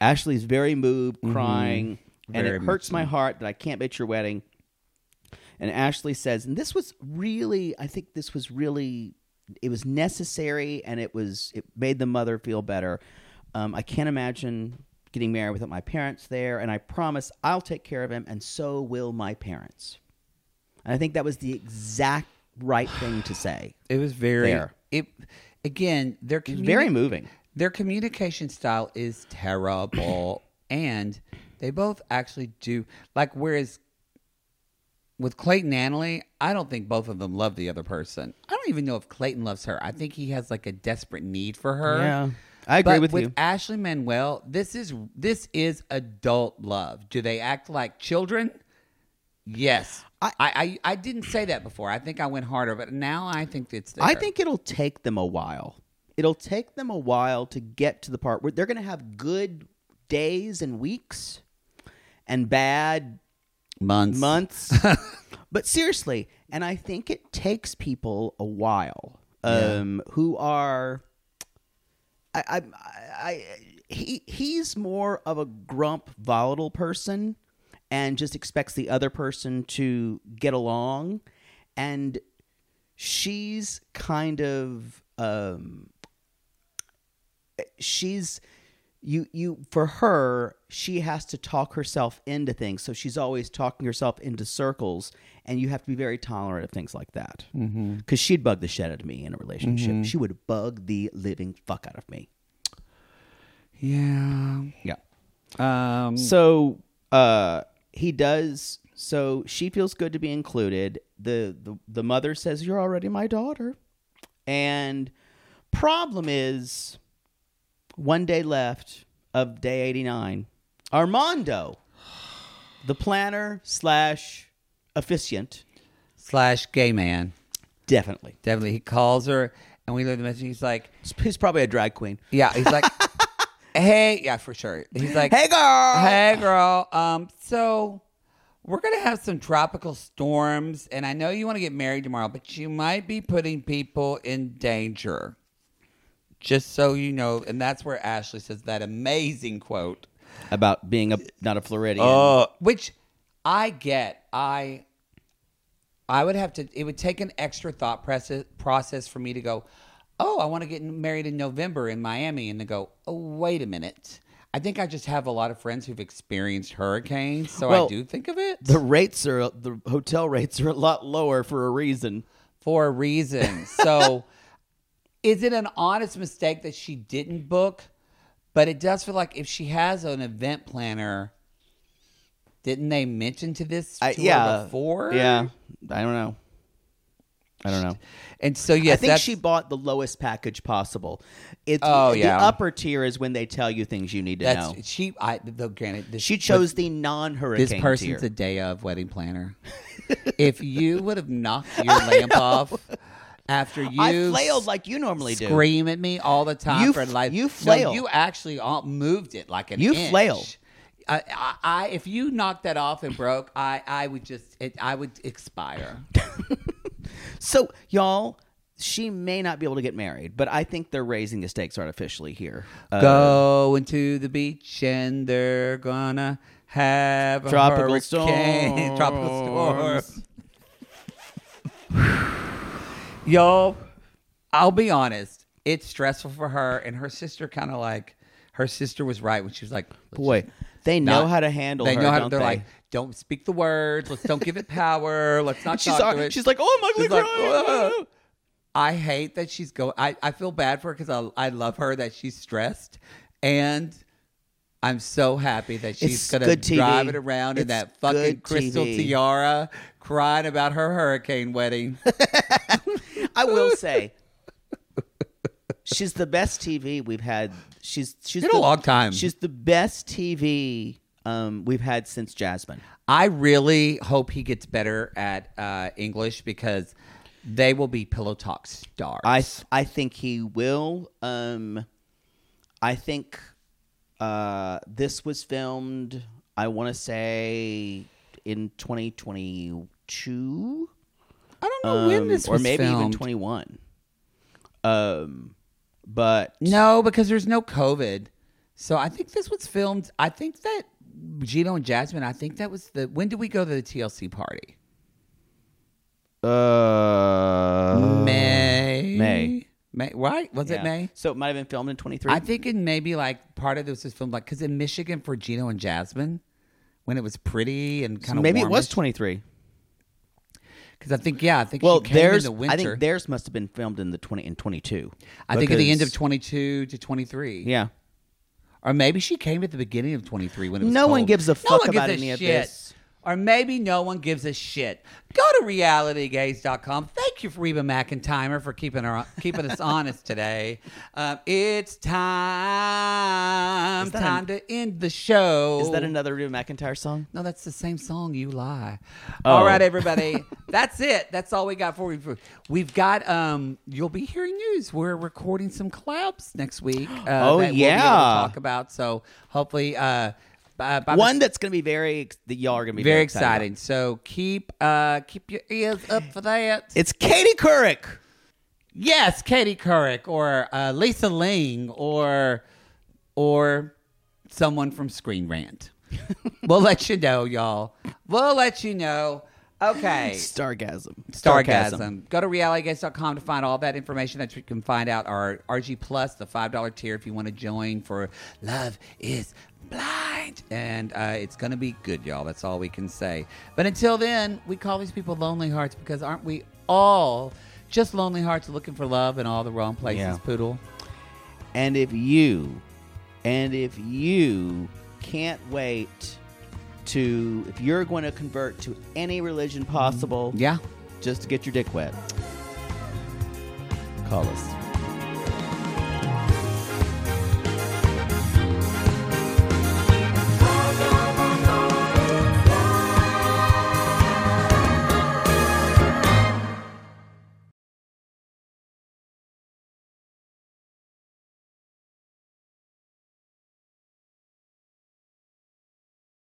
Speaker 3: Ashley's very moved, crying, and it hurts my heart that I can't be at your wedding. And Ashley says, and this was really, I think this was really, it was necessary, and it was, it made the mother feel better. Um, I can't imagine getting married without my parents there, and I promise I'll take care of him, and so will my parents. And I think that was the exact right thing to say.
Speaker 1: It was very
Speaker 3: There.
Speaker 1: it again. Their
Speaker 3: It was
Speaker 1: communi-
Speaker 3: very moving.
Speaker 1: Their communication style is terrible, and they both actually do like. Whereas with Clayton and Annalie, I don't think both of them love the other person. I don't even know if Clayton loves her. I think he has like a desperate need for her.
Speaker 3: Yeah. I agree
Speaker 1: But
Speaker 3: with
Speaker 1: with
Speaker 3: you.
Speaker 1: Ashley Manuel, this is this is adult love. Do they act like children? Yes. I, I, I didn't say that before. I think I went harder, but now I think it's there.
Speaker 3: I think it'll take them a while. It'll take them a while to get to the part where they're going to have good days and weeks and bad
Speaker 1: months.
Speaker 3: months. but seriously, and I think it takes people a while um, who are. I, I, I, he, he's more of a grump, volatile person, and just expects the other person to get along, and she's kind of um she's you you for her she has to talk herself into things so she's always talking herself into circles and you have to be very tolerant of things like that because she'd bug the shit out of me in a relationship she would bug the living fuck out of me
Speaker 1: Yeah.
Speaker 3: yeah
Speaker 1: Um,
Speaker 3: so uh he does so she feels good to be included. The the, the mother says, You're already my daughter. And problem is one day left of day eighty nine, Armando, the planner slash officiant,
Speaker 2: Slash gay man.
Speaker 3: definitely.
Speaker 2: Definitely. He calls her and we leave the message. He's like,
Speaker 3: He's probably a drag queen.
Speaker 2: yeah, he's like, hey, yeah, for sure. He's like,
Speaker 3: Hey girl.
Speaker 2: Hey,
Speaker 1: Hey, girl. Um, so we're gonna have some tropical storms, and I know you want to get married tomorrow, but you might be putting people in danger. Just so you know, and that's where Ashley says that amazing quote,
Speaker 3: About being a not a Floridian.
Speaker 1: uh, which I get. I I would have to. It would take an extra thought process process for me to go. Oh, I want to get married in November in Miami, and to go. Oh, wait a minute. I think I just have a lot of friends who've experienced hurricanes, so
Speaker 3: Well,
Speaker 1: I do think of it.
Speaker 3: the rates are the hotel rates are a lot lower for a reason.
Speaker 1: for a reason. So, is it an honest mistake that she didn't book? But it does feel like if she has an event planner, didn't they mention to this to
Speaker 3: I-
Speaker 1: her before?
Speaker 3: Yeah, I don't know. I don't know.
Speaker 1: And so yes,
Speaker 3: I think
Speaker 1: that's,
Speaker 3: she bought the lowest package possible. It's
Speaker 1: Oh,
Speaker 3: the
Speaker 1: yeah.
Speaker 3: upper tier is when they tell you things you need to
Speaker 1: that's
Speaker 3: know.
Speaker 1: she. I though granted, this,
Speaker 3: She chose the non-hurricane
Speaker 1: this person's
Speaker 3: tier.
Speaker 1: a day of wedding planner. if you would have knocked your lamp off after you
Speaker 3: I flailed like you normally do.
Speaker 1: scream at me all the time
Speaker 3: You
Speaker 1: for
Speaker 3: f-
Speaker 1: like
Speaker 3: you
Speaker 1: No,
Speaker 3: flail.
Speaker 1: you actually all moved it like an
Speaker 3: You
Speaker 1: inch.
Speaker 3: flail.
Speaker 1: I, I, I if you knocked that off and broke, I I would just it, I would expire.
Speaker 3: So y'all, she may not be able to get married, but I think they're raising the stakes artificially here. Uh,
Speaker 1: Going to the beach and they're gonna have a
Speaker 3: Tropical
Speaker 1: hurricane. tropical
Speaker 3: storms.
Speaker 1: storm. Yo, I'll be honest. It's stressful for her, and her sister kind of like her sister was right when she was like, "Let's
Speaker 3: boy,
Speaker 1: just
Speaker 3: they know
Speaker 1: not-
Speaker 3: how to handle.
Speaker 1: They
Speaker 3: her,
Speaker 1: know how
Speaker 3: don't
Speaker 1: to. They're
Speaker 3: they?
Speaker 1: like, don't speak the words. Let's don't give it power. Let's not
Speaker 3: she's,
Speaker 1: talk
Speaker 3: all-
Speaker 1: to it.
Speaker 3: she's like, oh, I'm ugly
Speaker 1: She's like,
Speaker 3: crying.
Speaker 1: "Ugh." I hate that she's going. I, I feel bad for her because I, I love her that she's stressed, and I'm so happy that she's
Speaker 3: It's
Speaker 1: gonna
Speaker 3: good TV.
Speaker 1: drive it around in
Speaker 3: It's
Speaker 1: that fucking
Speaker 3: good
Speaker 1: crystal
Speaker 3: TV.
Speaker 1: tiara, crying about her hurricane wedding.
Speaker 3: I will say, she's the best TV we've had. She's she's
Speaker 1: Been a
Speaker 3: the,
Speaker 1: long time.
Speaker 3: She's the best TV um, we've had since Jasmine.
Speaker 1: I really hope he gets better at uh, English because they will be pillow talk stars.
Speaker 3: I I think he will. Um, I think uh, this was filmed. I want to say in 2022.
Speaker 1: I don't know when
Speaker 3: um,
Speaker 1: this
Speaker 3: or
Speaker 1: was
Speaker 3: maybe even
Speaker 1: filmed.
Speaker 3: 21. Um, but
Speaker 1: No, because there's no COVID. So I think this was filmed. I think that Gino and Jasmine, I think that was the. When did we go to the TLC party?
Speaker 3: uh,
Speaker 1: May.
Speaker 3: May.
Speaker 1: May. Right? Was it
Speaker 3: yeah.
Speaker 1: May?
Speaker 3: So it might have been filmed in 23.
Speaker 1: I think in maybe like part of this was filmed like, because in Michigan for Gino and Jasmine, when it was pretty and kind of
Speaker 3: maybe it was 23.
Speaker 1: Because I think, yeah, I think
Speaker 3: Well,
Speaker 1: she came in
Speaker 3: theirs
Speaker 1: the winter.
Speaker 3: I think theirs must have been filmed in the 20 and 22.
Speaker 1: I think at the end of
Speaker 3: because-
Speaker 1: 22 to 23.
Speaker 3: Yeah.
Speaker 1: Or maybe she came at the beginning of 23 when it was
Speaker 3: No one
Speaker 1: cold.
Speaker 3: gives a
Speaker 1: no
Speaker 3: fuck
Speaker 1: one
Speaker 3: about
Speaker 1: gives a
Speaker 3: any of
Speaker 1: shit.
Speaker 3: this.
Speaker 1: Or maybe no one gives a shit. Go to realitygaze.com. Thank you, Reba McIntyre, for keeping her keeping us honest today. Um, it's time,
Speaker 3: Is that
Speaker 1: time
Speaker 3: an-
Speaker 1: to end the show.
Speaker 3: Is that another Reba McIntyre song?
Speaker 1: No, that's the same song. You lie.
Speaker 3: Oh.
Speaker 1: All right, everybody. that's it. That's all we got for you. We've got. Um, you'll be hearing news. We're recording some collabs next week. Uh,
Speaker 3: Oh,
Speaker 1: that we'll be able to
Speaker 3: yeah.
Speaker 1: talk about. So hopefully, uh, by, by
Speaker 3: One that's going to be very ex- that y'all are going to be very,
Speaker 1: very
Speaker 3: excited
Speaker 1: exciting. So keep uh keep your ears up for that.
Speaker 3: about. It's Katie Couric.
Speaker 1: Yes, Katie Couric or uh, Lisa Ling or or someone from Screen Rant. we'll let you know, y'all. We'll let you know. Okay.
Speaker 6: Stargasm.
Speaker 1: Stargasm. Go to realitygates.com to find all that information that you can find out. Our RG Plus, the $5 tier, if you want to join for Love is Blind. And uh, it's going to be good, y'all. That's all we can say. But until then, we call these people lonely hearts because aren't we all just lonely hearts looking for love in all the wrong places,
Speaker 3: Yeah.
Speaker 1: Poodle?
Speaker 3: And if you, and if you can't wait to, if you're going to convert to any religion possible,
Speaker 1: Yeah.
Speaker 3: just to get your dick wet, call us.